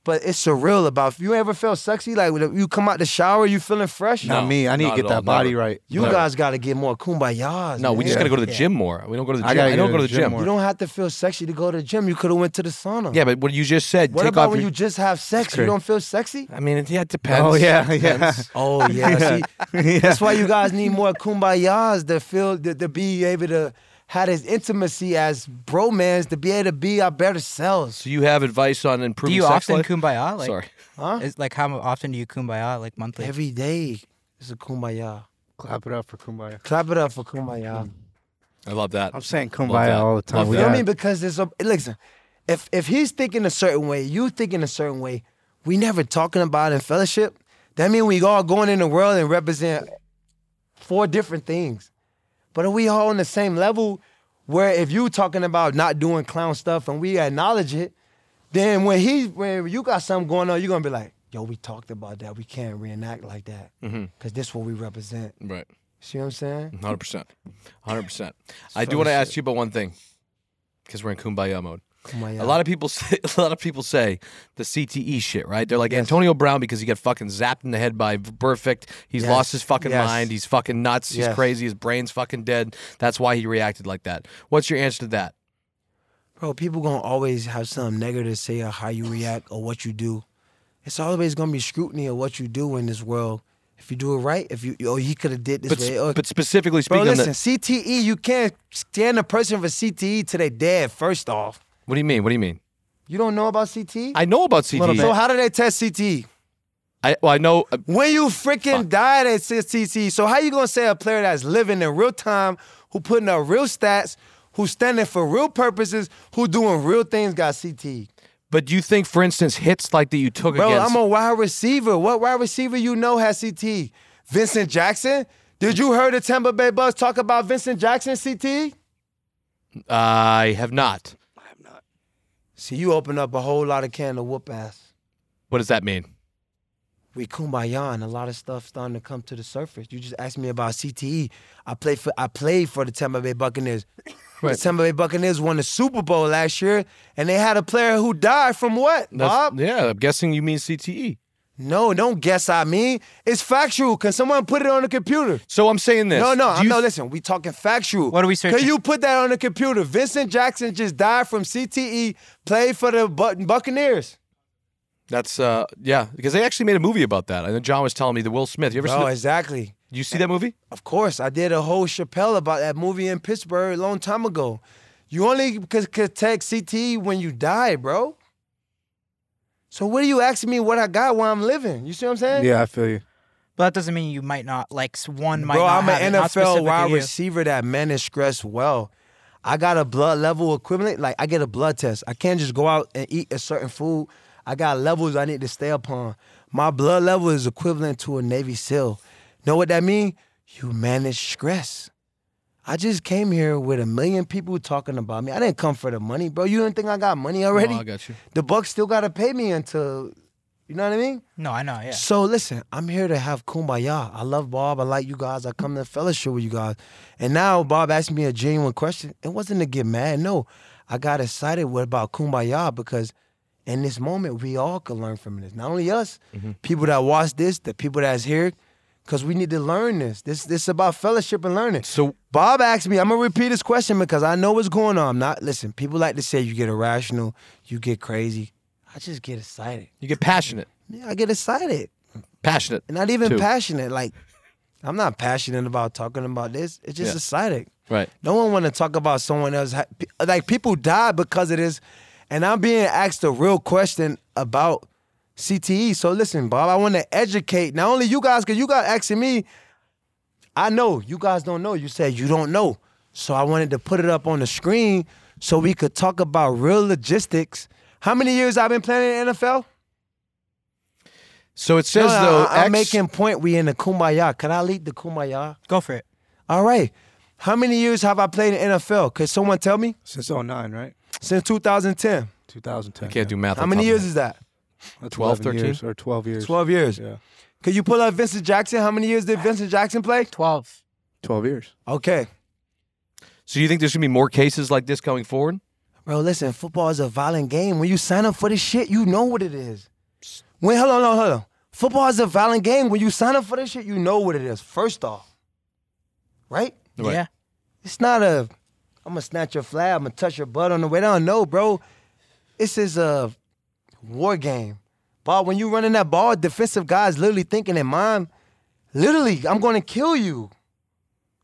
but it's surreal about if you ever felt sexy, like when you come out the shower, you feeling fresh.
No,
Not me. I need
not
to
at
get that
all,
body
never.
right.
You
No.
guys gotta get more kumbayas.
No, we
man.
just got to go to the
Yeah.
gym more. We don't go to the
I
gym.
gotta
I, don't
go
go to the gym.
You
more.
don't have to feel sexy to go to the gym. You could have went to the sauna.
Yeah, but what you just said,
What
take
about
off
when
your.
you just have sex? You
great.
don't feel sexy?
I mean, it, yeah, it depends.
Oh, yeah, yeah.
Depends.
[LAUGHS] Oh yeah, see,
Yeah.
that's why you guys need more kumbayas to feel to, to be able to have this intimacy as bromans to be able to be our better selves.
So you have advice on
do
improving
you
sex
often
life?
kumbaya? Like,
Sorry.
Huh?
Is, like how often do you kumbaya? Like monthly?
Every day is a kumbaya.
Clap it up for Kumbaya.
Clap it up for kumbaya.
I love that.
I'm saying
Love that.
Kumbaya all the time.
Love
We
You know what I
got-
mean? Because there's a listen. If if he's thinking a certain way, you thinking a certain way, we never talking about it in fellowship. That means we all going in the world and represent four different things. But are we all on the same level? Where if you talking about not doing clown stuff and we acknowledge it, then when he when you got something going on, you're gonna be like, yo, we talked about that. We can't reenact like that because this what we represent.
Right.
See what I'm saying?
Hundred percent, hundred percent. I do want to ask you about one thing, because we're in kumbaya mode.
Kumbaya.
A lot of people [LAUGHS] say, a lot of people say the CTE shit, right? They're like Antonio Brown because he got fucking zapped in the head by perfect. He's
Yes.
lost his fucking
Yes.
mind. He's fucking nuts. He's
Yes.
crazy. His brain's fucking dead. That's why he reacted like that. What's your answer to that?
Bro, people gonna always have something negative to say on how you react or what you do. It's always gonna be scrutiny of what you do in this world. If you do it right, if you oh he could have did this
But,
way.
s-
Or,
but specifically
bro,
speaking, on
listen,
the,
CTE, you can't stand a person for CTE till they dead. First off,
what do you mean? What do you mean?
you don't know about CTE.
I E. know about CTE.
So how do they test CTE?
I, well, I know. uh,
When you freaking die, they say CTE. E, So how you gonna say a player that's living in real time, who putting up real stats, who's standing for real purposes, who doing real things, got E? CTE?
but do you think, for instance, hits like that you took
Bro,
against?
I'm a wide receiver. What wide receiver you know has CT? Vincent Jackson? Did you hear the Tampa Bay Bucks talk about Vincent Jackson CT?
I have not.
See, you open up a whole lot of can of whoop ass.
What does that mean?
We kumbaya and a lot of stuff starting to come to the surface. You just asked me about CTE. I played for I played for the Tampa Bay Buccaneers.
Right.
The Tampa Bay Buccaneers won the Super Bowl last year, and they had a player who died from what?
That's-
Bob?
Yeah, I'm guessing you mean E. CTE.
No, don't guess I mean. It's factual. Can someone put it on the computer?
So I'm saying this.
No, no,
Do
I'm
you
no. Listen, we talking factual.
What are we
Can
searching?
you put that on the computer? Vincent Jackson just died from CTE. Played for the Bu- Buccaneers.
That's uh yeah, because they actually made a movie about that. I know John was telling me the Will Smith. You ever
Oh,
seen?
exactly.
The, you see that movie?
Of course, I did a whole Chappelle about that movie in Pittsburgh a long time ago. You only could, could take CTE E when you die, bro. So what are you asking me what I got while I'm living? You see what I'm saying?
Yeah, I feel you.
But that doesn't mean you might not like s- one might
Bro,
not
I'm
have it,
an
not
NFL
specifically
wide
you.
receiver that managed stress well. I got a blood level equivalent. Like I get a blood test. I can't just go out and eat a certain food. I got levels I need to stay upon. My blood level is equivalent to a Navy SEAL. Know what that mean? You manage stress. I just came here with a million people talking about me. I didn't come for the money, bro. You didn't think I got money already?
Oh, got you.
The Bucks still gotta pay me until, you know what I mean?
No, I know. Yeah.
So listen, I'm here to have kumbaya. I love Bob. I like you guys. I come to fellowship with you guys. And now Bob asked me a genuine question. It wasn't to get mad. No, I got excited with- about kumbaya because in this moment we all can learn from this. Not only us, people that watch this, the people that's here, because we need to learn this. This this is about fellowship and learning.
So
Bob asked me, I'm gonna repeat his question because I know what's going on. I'm not listen, people like to say you get irrational, you get crazy. I just get excited.
You
[LAUGHS]
get passionate.
Yeah, I get excited.
Passionate.
And not even
Two.
passionate. Like, I'm not passionate about talking about this. It's just
Yeah.
exciting.
Right.
No one want to talk about someone else. ha- pe- Like people die because of this, and I'm being asked a real question about CTE. So listen, Bob, I want to educate not only you guys, cause you guys asking me. I know you guys don't know. You said you don't know, so I wanted to put it up on the screen so we could talk about real logistics. How many years I've been playing in the NFL?
So it says
No, no,
though,
I, am
X-
making point. We in the kumbaya. Can I lead the kumbaya?
Go for it.
All right. How many years have I played in NFL? Could someone tell me?
Since 09, right?
Since 2010.
2010.
can't do math.
How many years is that?
That's
12,
11 years
13?
or 12 years.
12 years.
Yeah.
Could you pull up Vincent Jackson? How many years did Vincent Jackson play?
12.
12 years.
Okay.
So you think there's gonna be more cases like this going forward?
Bro, listen, football is a violent game. When you sign up for this shit, you know what it is. When hold on, hold on, hold on. Football is a violent game. When you sign up for this shit, you know what it is. First off. Right?
Right.
Yeah.
It's not a I'm gonna snatch your flag, I'm gonna touch your butt on the way down. No, bro. This is a war game. Ball, when you running that ball, defensive guys literally thinking in mind, literally, I'm gonna kill you.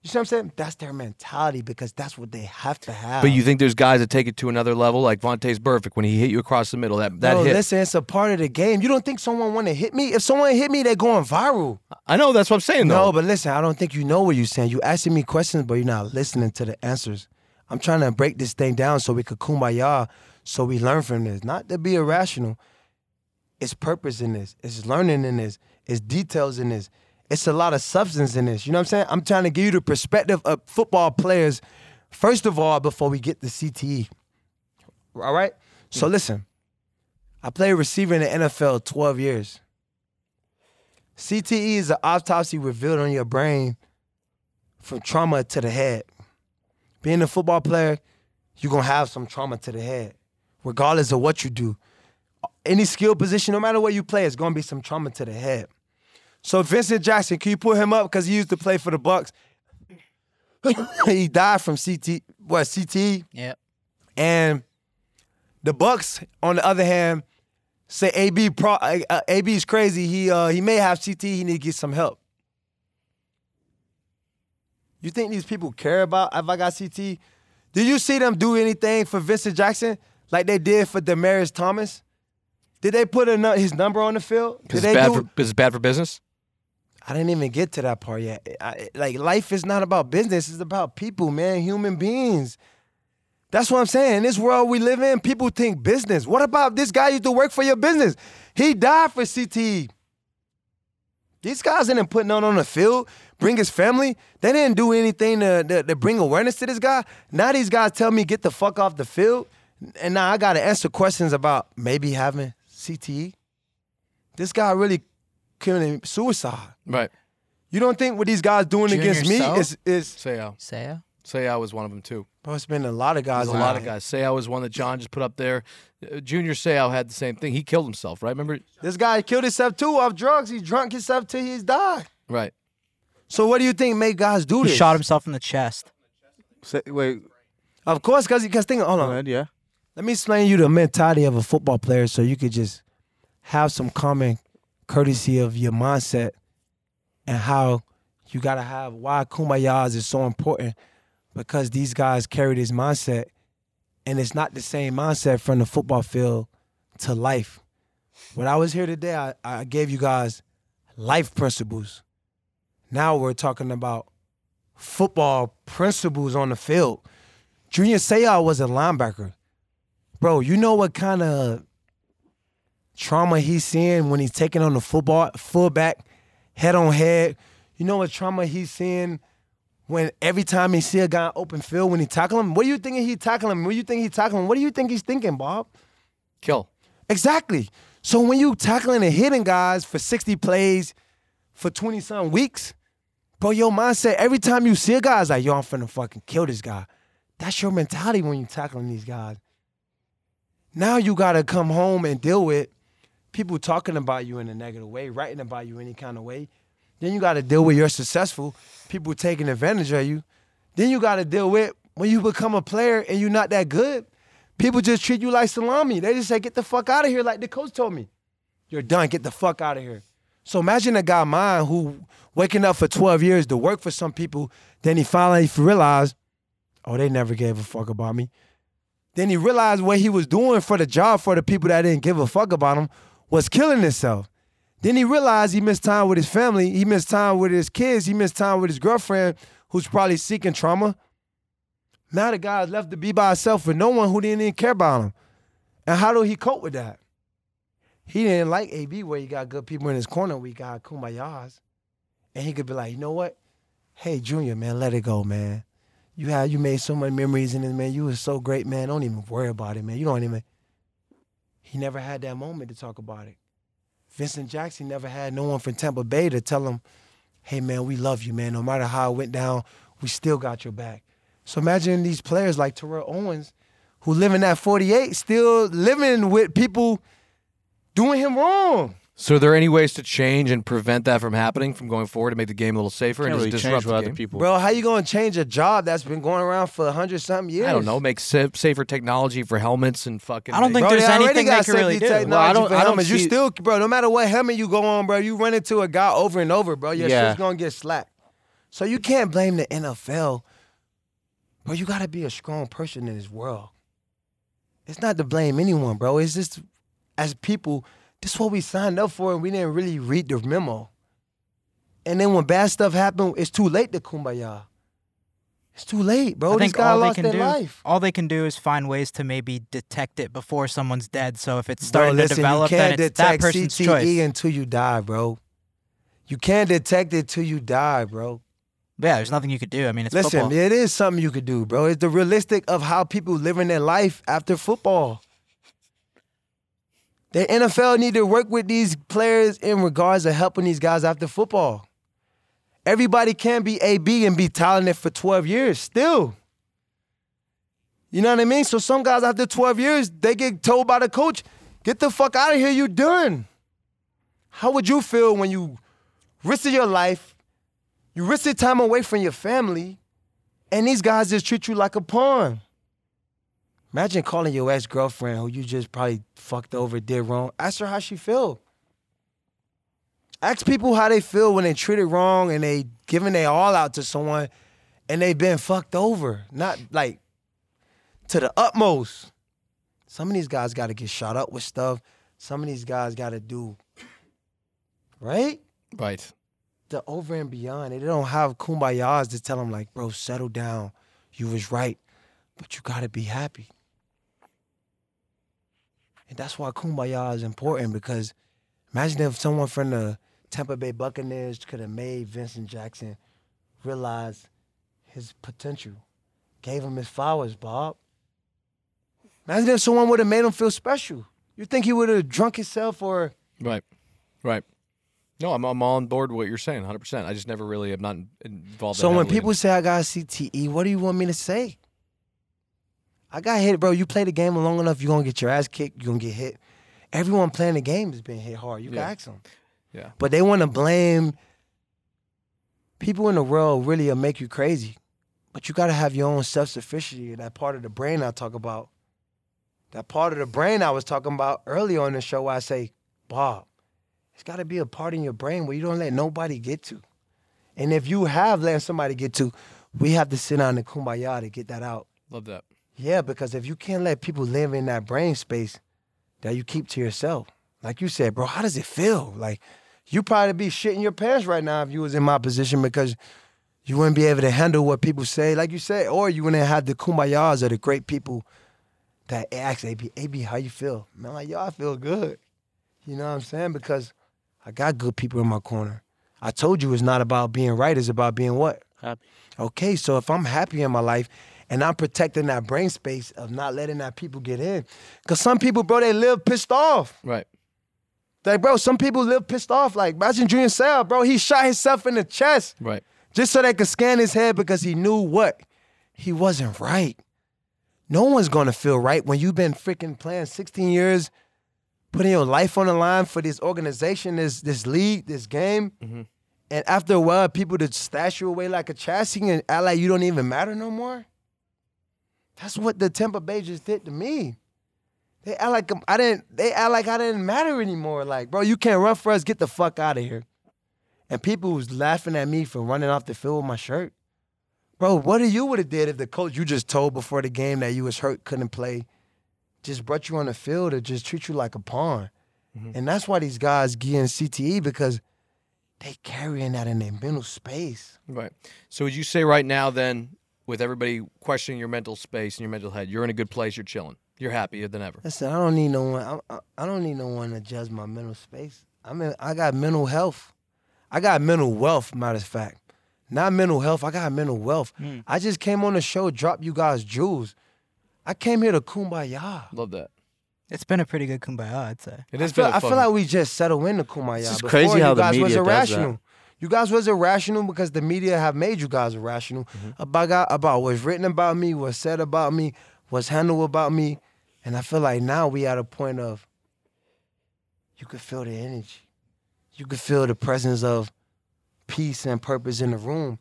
You see what I'm saying? That's their mentality because that's what they have to have.
But you think there's guys that take it to another level, like Vontae's perfect when he hit you across the middle. That that
Bro,
hit.
listen, it's a part of the game. You don't think someone wanna hit me? If someone hit me, they're going viral.
I know that's what I'm saying
No,
though.
but listen, I don't think you know what you're saying. You asking me questions, but you're not listening to the answers. I'm trying to break this thing down so we could kumbaya, so we learn from this. Not to be irrational. It's purpose in this. It's learning in this. It's details in this. It's a lot of substance in this. You know what I'm saying? I'm trying to give you the perspective of football players, first of all, before we get to CTE. All right? So listen, I played receiver in the NFL 12 years. CTE E is an autopsy revealed on your brain from trauma to the head. Being a football player, you're gonna have some trauma to the head, regardless of what you do. Any skill position, no matter where you play, it's gonna be some trauma to the head. So Vincent Jackson, can you pull him up? Cause he used to play for the Bucks. [LAUGHS] he died from CT what E? CTE?
Yeah.
And the Bucks, on the other hand, say AB pro, uh, uh, AB is crazy. He uh, he may have CT. He need to get some help. You think these people care about if I got CT? Did you see them do anything for Vincent Jackson like they did for Demarius Thomas? Did they put a, nu- his number on the field? Did
Because
they
it's bad
do-
for because it's bad for business.
I didn't even get to that part yet. I, like life is not about business; it's about people, man, human beings. That's what I'm saying. In this world we live in, people think business. What about this guy used to work for your business? He died for CTE. These guys didn't put none on the field, bring his family. They didn't do anything to, to, to bring awareness to this guy. Now these guys tell me get the fuck off the field. And now I gotta answer questions about maybe having CTE. This guy really committed suicide.
Right.
You don't think what these guys doing
Junior
against me
Seau?
is is
Say out.
Saya?
Say I was one of them too.
bro, it's been a lot of guys.
There's a
like
lot of
that.
guys. Say I was one that John just put up there. Uh, Junior Seau had the same thing. He killed himself, right? Remember?
This guy killed himself too off drugs. He drunk himself till he's died.
Right.
So what do you think made guys do
He
this?
shot himself in the chest.
Say, wait,
Of course, cause cause think hold
go
on.
ahead, yeah.
Let me explain you the mentality of a football player so you could just have some common courtesy of your mindset and how you gotta have why Kumayas is so important because these guys carry this mindset and it's not the same mindset from the football field to life. When I was here today, I, I gave you guys life principles. Now we're talking about football principles on the field. Junior Seau was a linebacker. Bro, you know what kind of trauma he's seeing when he's taking on the football fullback head on head. You know what trauma he's seeing when every time he see a guy in open field when he tackle him. What do you think he tackling him? What do you think he tackling him? What do you think he's thinking, Bob?
Kill.
Exactly. So when you tackling and hitting guys for 60 plays for 20 some weeks, bro, your mindset every time you see a guy is like, yo, I'm finna fucking kill this guy. That's your mentality when you tackling these guys. Now you gotta come home and deal with people talking about you in a negative way, writing about you any kind of way. Then you gotta deal with you're successful, people taking advantage of you. Then you got to deal with when you become a player and you're not that good. People just treat you like salami. They just say, "Get the fuck out of here," like the coach told me. You're done. Get the fuck out of here. So imagine a guy mine who waking up for 12 years to work for some people, then he finally realized, oh, they never gave a fuck about me. Then he realized what he was doing for the job for the people that didn't give a fuck about him was killing himself. Then he realized he missed time with his family, he missed time with his kids, he missed time with his girlfriend who's probably seeking trauma. Now the guy is left to be by himself with no one who didn't even care about him. And how do he cope with that? He didn't like AB where he got good people in his corner. We got Kumayas. And he could be like, you know what? Hey, Junior, man, let it go, man. You had you made so many memories in it, man. You was so great, man. Don't even worry about it, man. You don't even. He never had that moment to talk about it. Vincent Jackson never had no one from Tampa Bay to tell him, hey, man, we love you, man. No matter how it went down, we still got your back. So imagine these players like Terrell Owens, who living at 48, still living with people doing him wrong.
So are there any ways to change and prevent that from happening from going forward to make the game a little safer
Can't
and
really
just
change
disrupt
what
the
other
game?
people.
Bro, how you gonna change a job that's been going around for a hundred something years?
I don't know. Make sa- safer technology for helmets and fucking.
I don't
make-
think
Bro,
there's
they already
anything they
got
can really
safety
do.
technology
Well, I don't-
for
I don't
helmets. You
see-
still, bro. No matter what helmet you go on, bro, you run into a guy over and over, bro. Your
Yeah.
shit's gonna get slapped. So you can't blame the NFL. Bro, you gotta be a strong person in this world. It's not to blame anyone, bro. It's just as people, this is what we signed up for, and we didn't really read the memo. And then when bad stuff happened, it's too late to kumbaya. It's too late, bro.
I
This
think
guy
all they
lost
can
their
do,
life.
all they can do is find ways to maybe detect it before someone's dead. So if it's
Bro,
starting
listen,
to develop,
you
then
can't
it's that
detect E
person's
CTE
choice.
until you die, bro. You can't detect it till you die, bro.
yeah, there's nothing you could do. I mean, it's
listen,
football.
it is something you could do, bro. It's the realistic of how people living their life after football. The NFL need to work with these players in regards to helping these guys after football. Everybody can be AB and be talented for 12 years still. You know what I mean? So some guys after 12 years, they get told by the coach, get the fuck out of here, you done. How would you feel when you risked your life, you risked your time away from your family, and these guys just treat you like a pawn? Imagine calling your ex-girlfriend who you just probably fucked over, did wrong. Ask her how she feel. Ask people how they feel when they treated wrong and they giving their all out to someone and they been fucked over. Not like to the utmost. Some of these guys got to get shot up with stuff. Some of these guys got to do, right?
right.
The over and beyond. They don't have kumbayas to tell them, like, bro, settle down. You was right, but you got to be happy. And that's why kumbaya is important because imagine if someone from the Tampa Bay Buccaneers could have made Vincent Jackson realize his potential, gave him his flowers, Bob. Imagine if someone would have made him feel special. You think he would have drunk himself or
Right. Right. No, I'm, I'm on board with what you're saying 100%. I just never really am not in- involved that
So when
heavily in-
people say I got CTE, what do you want me to say? I got hit, bro. You play the game long enough, you're gonna get your ass kicked, you're gonna get hit. Everyone playing the game has been hit hard. You
Yeah.
can ask them.
Yeah.
But they wanna blame people in the world really will make you crazy. But you gotta have your own self sufficiency, that part of the brain I talk about. That part of the brain I was talking about earlier on the show where I say, Bob, it's gotta be a part in your brain where you don't let nobody get to. And if you have let somebody get to, we have to sit down and kumbaya to get that out.
Love that.
Yeah, because if you can't let people live in that brain space that you keep to yourself, like you said, bro, how does it feel? Like you probably be shitting your pants right now if you was in my position because you wouldn't be able to handle what people say, like you said, or you wouldn't have the kumbayas or the great people that ask AB, AB, how you feel? Man, like, yo, I feel good. You know what I'm saying? Because I got good people in my corner. I told you it's not about being right, it's about being what?
Happy.
Okay, so if I'm happy in my life and I'm protecting that brain space of not letting that people get in, because some people, bro, they live pissed off.
Right.
Like, bro, some people live pissed off. Like, imagine Junior Sale, bro, he shot himself in the chest
Right.
just so they could scan his head because he knew what he wasn't right. No one's gonna feel right when you've been freaking playing 16 years, putting your life on the line for this organization, this this league, this game, And after a while, people just stash you away like a chassis and act like you don't even matter no more. That's what the Tampa Bay just did to me. They act like I'm- I didn't. They act like I didn't matter anymore. Like, bro, you can't run for us. Get the fuck out of here. And people was laughing at me for running off the field with my shirt. Bro, what if you would have did if the coach you just told before the game that you was hurt, couldn't play, just brought you on the field or just treat you like a pawn? And that's why these guys getting CTE because they carrying that in their mental space.
Right. So would you say right now then, with everybody questioning your mental space and your mental head, you're in a good place. You're chilling. You're happier than ever.
Listen, I don't need no one. I, I, I don't need no one to judge my mental space. I mean, I got mental health. I got mental wealth. Matter of fact, not mental health. I got mental wealth. I just came on the show, drop you guys jewels. I came here to kumbaya.
Love that.
It's been a pretty good kumbaya, I'd say.
It
I
is.
feel,
been a
I feel
fun-
like we just settled into Kumaya.
It's just
Before,
crazy how
you
the
guys was
media does that.
irrational. You guys was irrational because the media have made you guys irrational
Mm-hmm.
about got- about what's written about me, what's said about me, what's handled about me, and I feel like now we at a point of you could feel the energy, you could feel the presence of peace and purpose in the room.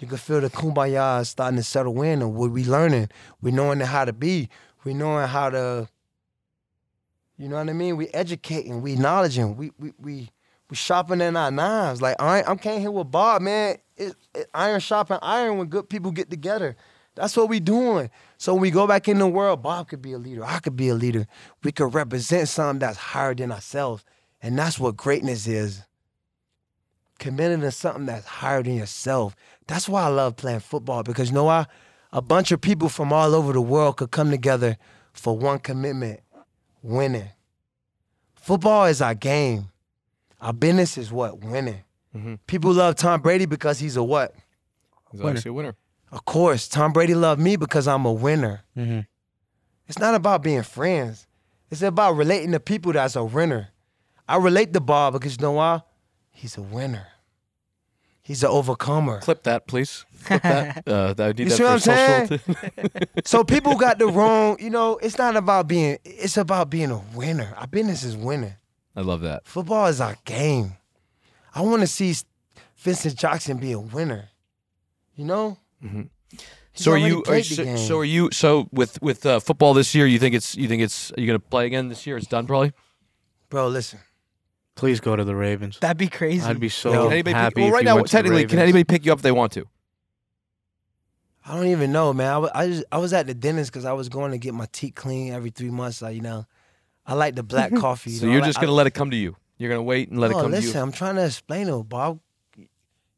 You could feel the kumbaya is starting to settle in, and what we learning, we knowing how to be, we knowing how to you know what I mean? We educating, we knowledging, we we we we shopping in our knives. Like I I'm came here with Bob, man. It, it- iron shopping, iron when good people get together. That's what we doing. So when we go back in the world, Bob could be a leader. I could be a leader. We could represent something that's higher than ourselves, and that's what greatness is. Committing to something that's higher than yourself. That's why I love playing football because you know why? A bunch of people from all over the world could come together for one commitment winning. Football is our game. Our business is what? Winning. People love Tom Brady because he's a what?
He's obviously a winner.
Of course, Tom Brady loved me because I'm a winner.
Mm-hmm.
It's not about being friends. It's about relating to people that's a winner. I relate to Bob because you know why? He's a winner. He's an overcomer.
Clip that, please. Clip
[LAUGHS]
that. Uh, that I need
You
that
see
for
what I'm saying?
social.
so people got the wrong, you know, it's not about being, it's about being a winner. Our business is winning.
[LAUGHS] I love that.
Football is our game. I want to see S- Vincent Jackson be a winner. You know? He's
Mm-hmm. So are
already
you? Are,
played the
so,
game.
so are you? So with with uh, football this year, you think it's you think it's are you going to play again this year? It's done probably.
Bro, listen.
Please go to the Ravens.
That'd be crazy.
I'd be so
Yo,
Can anybody pick-
happy.
well,
if
right
you
now,
went to the
technically, can
Ravens.
anybody pick you up if they want to?
I don't even know, man. I wa- I, just, I was at the dentist because I was going to get my teeth clean every three months. Like, you know, I like the black
[LAUGHS]
coffee. you
So
know,
you're
I like-
just
I- Oh,
going to let it come to you. You're going to wait and let it
No,
come
listen,
to you.
I'm trying to explain it, Bob.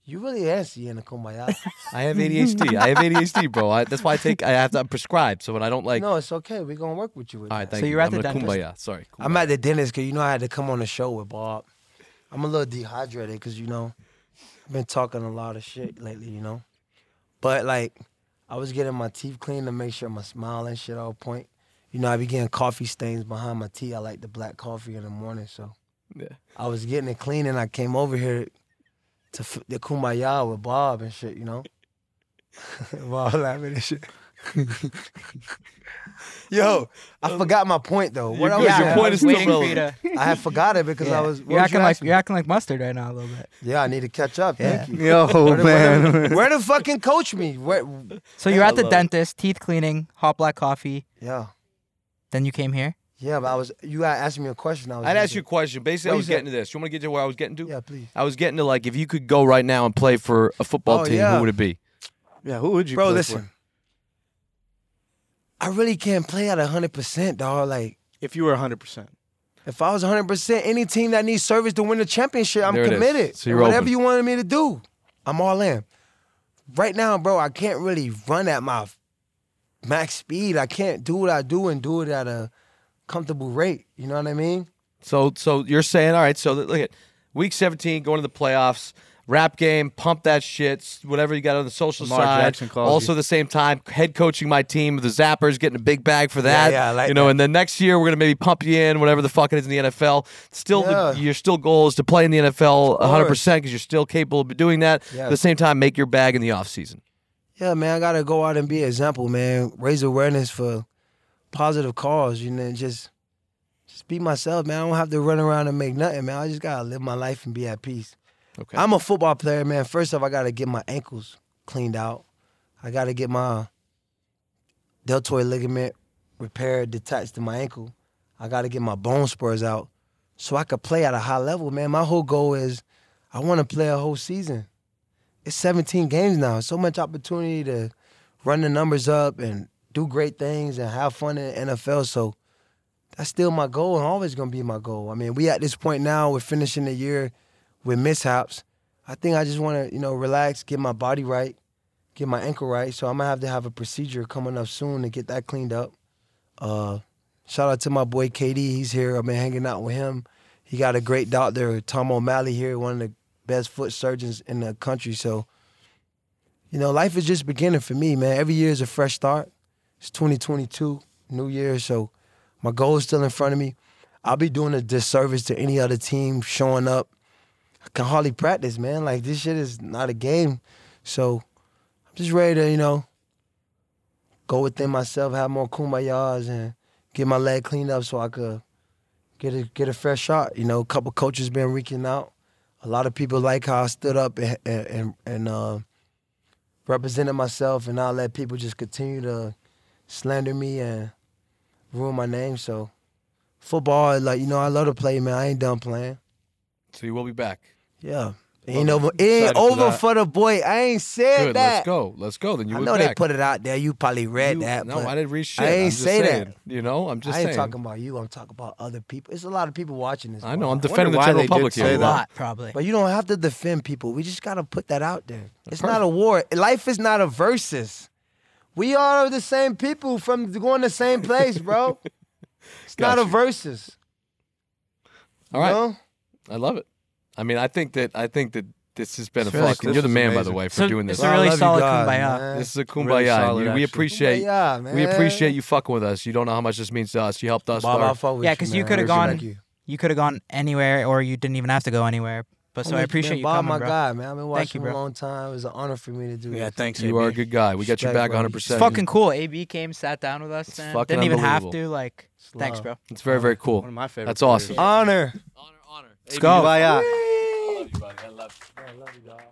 You really answer oh in the kumbaya.
I have ADHD. I have ADHD, bro. I, that's why I take. I have to. I'm prescribed. So when I don't [LAUGHS] like.
no, it's okay. We're going to work with you. With
All
that.
right, thank
So
you.
you're at
I'm
the
gonna
dentist.
Kumbaya. Sorry.
I'm at the dentist because you know I had to come on the show with Bob. I'm a little dehydrated because you know I've been talking a lot of shit lately, you know. But like, I was getting my teeth cleaned to make sure my smile and shit all point. You know, I be getting coffee stains behind my teeth. I like the black coffee in the morning, so
Yeah.
I was getting it clean, and I came over here to f- the kumbaya with Bob and shit, you know. [LAUGHS] Bob laughing and shit. [LAUGHS] Yo, I forgot my point though. What I
good.
was
Yeah,
yeah,
Um, your
I
point
was
is still
waiting for you
relevant.
to-
I had forgot it because
yeah.
I was. what
you're
was
acting
you
like
asking?
you're acting like mustard right now a little bit.
Yeah, I need to catch up.
[LAUGHS]
Thank you.
Yo, man.
Where the fucking coach me? Where,
So you're
I
at the
love it.
dentist, teeth cleaning, hot black coffee.
yeah,
Then you came here.
yeah, but I was. You gotta ask me a question. I was.
I'd ask you a
answering.
question. Basically,
What
I
you
was
said?
getting to this. You want to get to where I was getting to?
Yeah, please,
I was getting to like if you could go right now and play for a football
Oh,
team,
yeah.
who would it be?
yeah, who would you?
bro.
play
Listen,
for?
I really can't play at hundred percent, dog. Like,
if you were 100, percent
if I was hundred percent, any team that needs service to win the championship, I'm
There it is.
committed.
So you're
Whatever
open.
you wanted me to do, I'm all in. Right now, bro, I can't really run at my max speed. I can't do what I do and do it at a comfortable rate. You know what I mean?
So so you're saying all right? So th- look at week 17, going to the playoffs, rap game, pump that shit, s- whatever you got on the social
Lamar
side.
Jackson calls
also,
you.
at the same time, head coaching my team, the Zappers, getting a big bag for that.
yeah, I like
you know.
that.
And then next year we're gonna maybe pump you in whatever the fuck it is in the NFL. Still,
Yeah.
the, your still goal is to play in the NFL 100 percent because you're still capable of doing that.
Yeah.
At the same time, make your bag in the off season.
Yeah, man, I gotta go out and be an example, man. Raise awareness for positive cause, you know, and just just be myself, man. I don't have to run around and make nothing, man. I just gotta live my life and be at peace.
Okay.
I'm a football player, man. First off, I gotta get my ankles cleaned out. I gotta get my deltoid ligament repaired, detached to my ankle. I gotta get my bone spurs out so I could play at a high level, man. My whole goal is I wanna play a whole season. It's 17 games now. So much opportunity to run the numbers up and do great things and have fun in the NFL. So that's still my goal and always gonna be my goal. I mean, we at this point now, we're finishing the year with mishaps. I think I just wanna, you know, relax, get my body right, get my ankle right. So I'm gonna have to have a procedure coming up soon to get that cleaned up. Uh shout out to my boy KD, he's here. I've been hanging out with him. He got a great doctor, Tom O'Malley here, one of the best foot surgeons in the country. So, you know, life is just beginning for me, man. Every year is a fresh start. It's 2022, new year, so my goal is still in front of me. I'll be doing a disservice to any other team showing up. I can hardly practice, man. Like this shit is not a game. So I'm just ready to, you know, go within myself, have more kumbayas and get my leg cleaned up so I could get a get a fresh shot. You know, a couple coaches been reaching out. A lot of people like how I stood up and and and, and uh, represented myself, and I let people just continue to slander me and ruin my name. So football, like you know, I love to play, man. I ain't done playing.
So you will be back.
Yeah. Ain't over, it ain't
Excited for
over
that.
for the boy. I ain't said
Good.
that.
Let's go. Let's go. Then you
I
will
know
be
they
back.
put it out there. You probably read
You-
that.
No,
but
I didn't read shit.
I
I'm
ain't
just
say
saying,
that.
You know, I'm just
I ain't
saying.
talking about you. I'm talking about other people. It's a lot of people watching this.
I know. I'm
motherfucker.
defending the
why
general
they did
public
say
here.
A
that.
lot, probably.
But you don't have to defend people. We just gotta put that out there. It's not a war. Life is not a versus. We are the same people from going the same place,
[LAUGHS]
bro. it's
Got
not a
you.
versus.
All right.
You know?
I love it. I mean, I think that I think that this has been
It's
a
really-
fucking.
this
You're the
is
man, by the
amazing.
way, for
So-
doing this.
It's a really
I love you
solid
guys,
kumbaya.
man.
This is a kumbaya.
Really solid,
You- we
actually.
appreciate
Kumbaya, man.
we appreciate you fucking with us. You don't know how much this means to us. You helped us.
Bob,
with our-
I fuck with
Yeah, 'cause you
man.
coulda
Appreciate
gone-
you.
You could have gone anywhere, or you didn't even have to go anywhere. But so I
Homie,
appreciate
man,
you
Bob,
coming,
my
bro.
guy, man. I've been watching
you,
him a
bro.
long time. It was an honor for me to do
Yeah,
this.
thanks.
you are a good guy. We got your
Respect,
back
bro.
100. percent
It's fucking cool. AB came, sat down with us, man.
fucking
Didn't even have
unbelievable.
to. Like, thanks,
love.
bro.
It's very very cool.
One of my favorite.
That's awesome.
Honor.
Honor, honor.
Let's go.
Kumbaya.
I love you, buddy. I love you.
I love you, dog.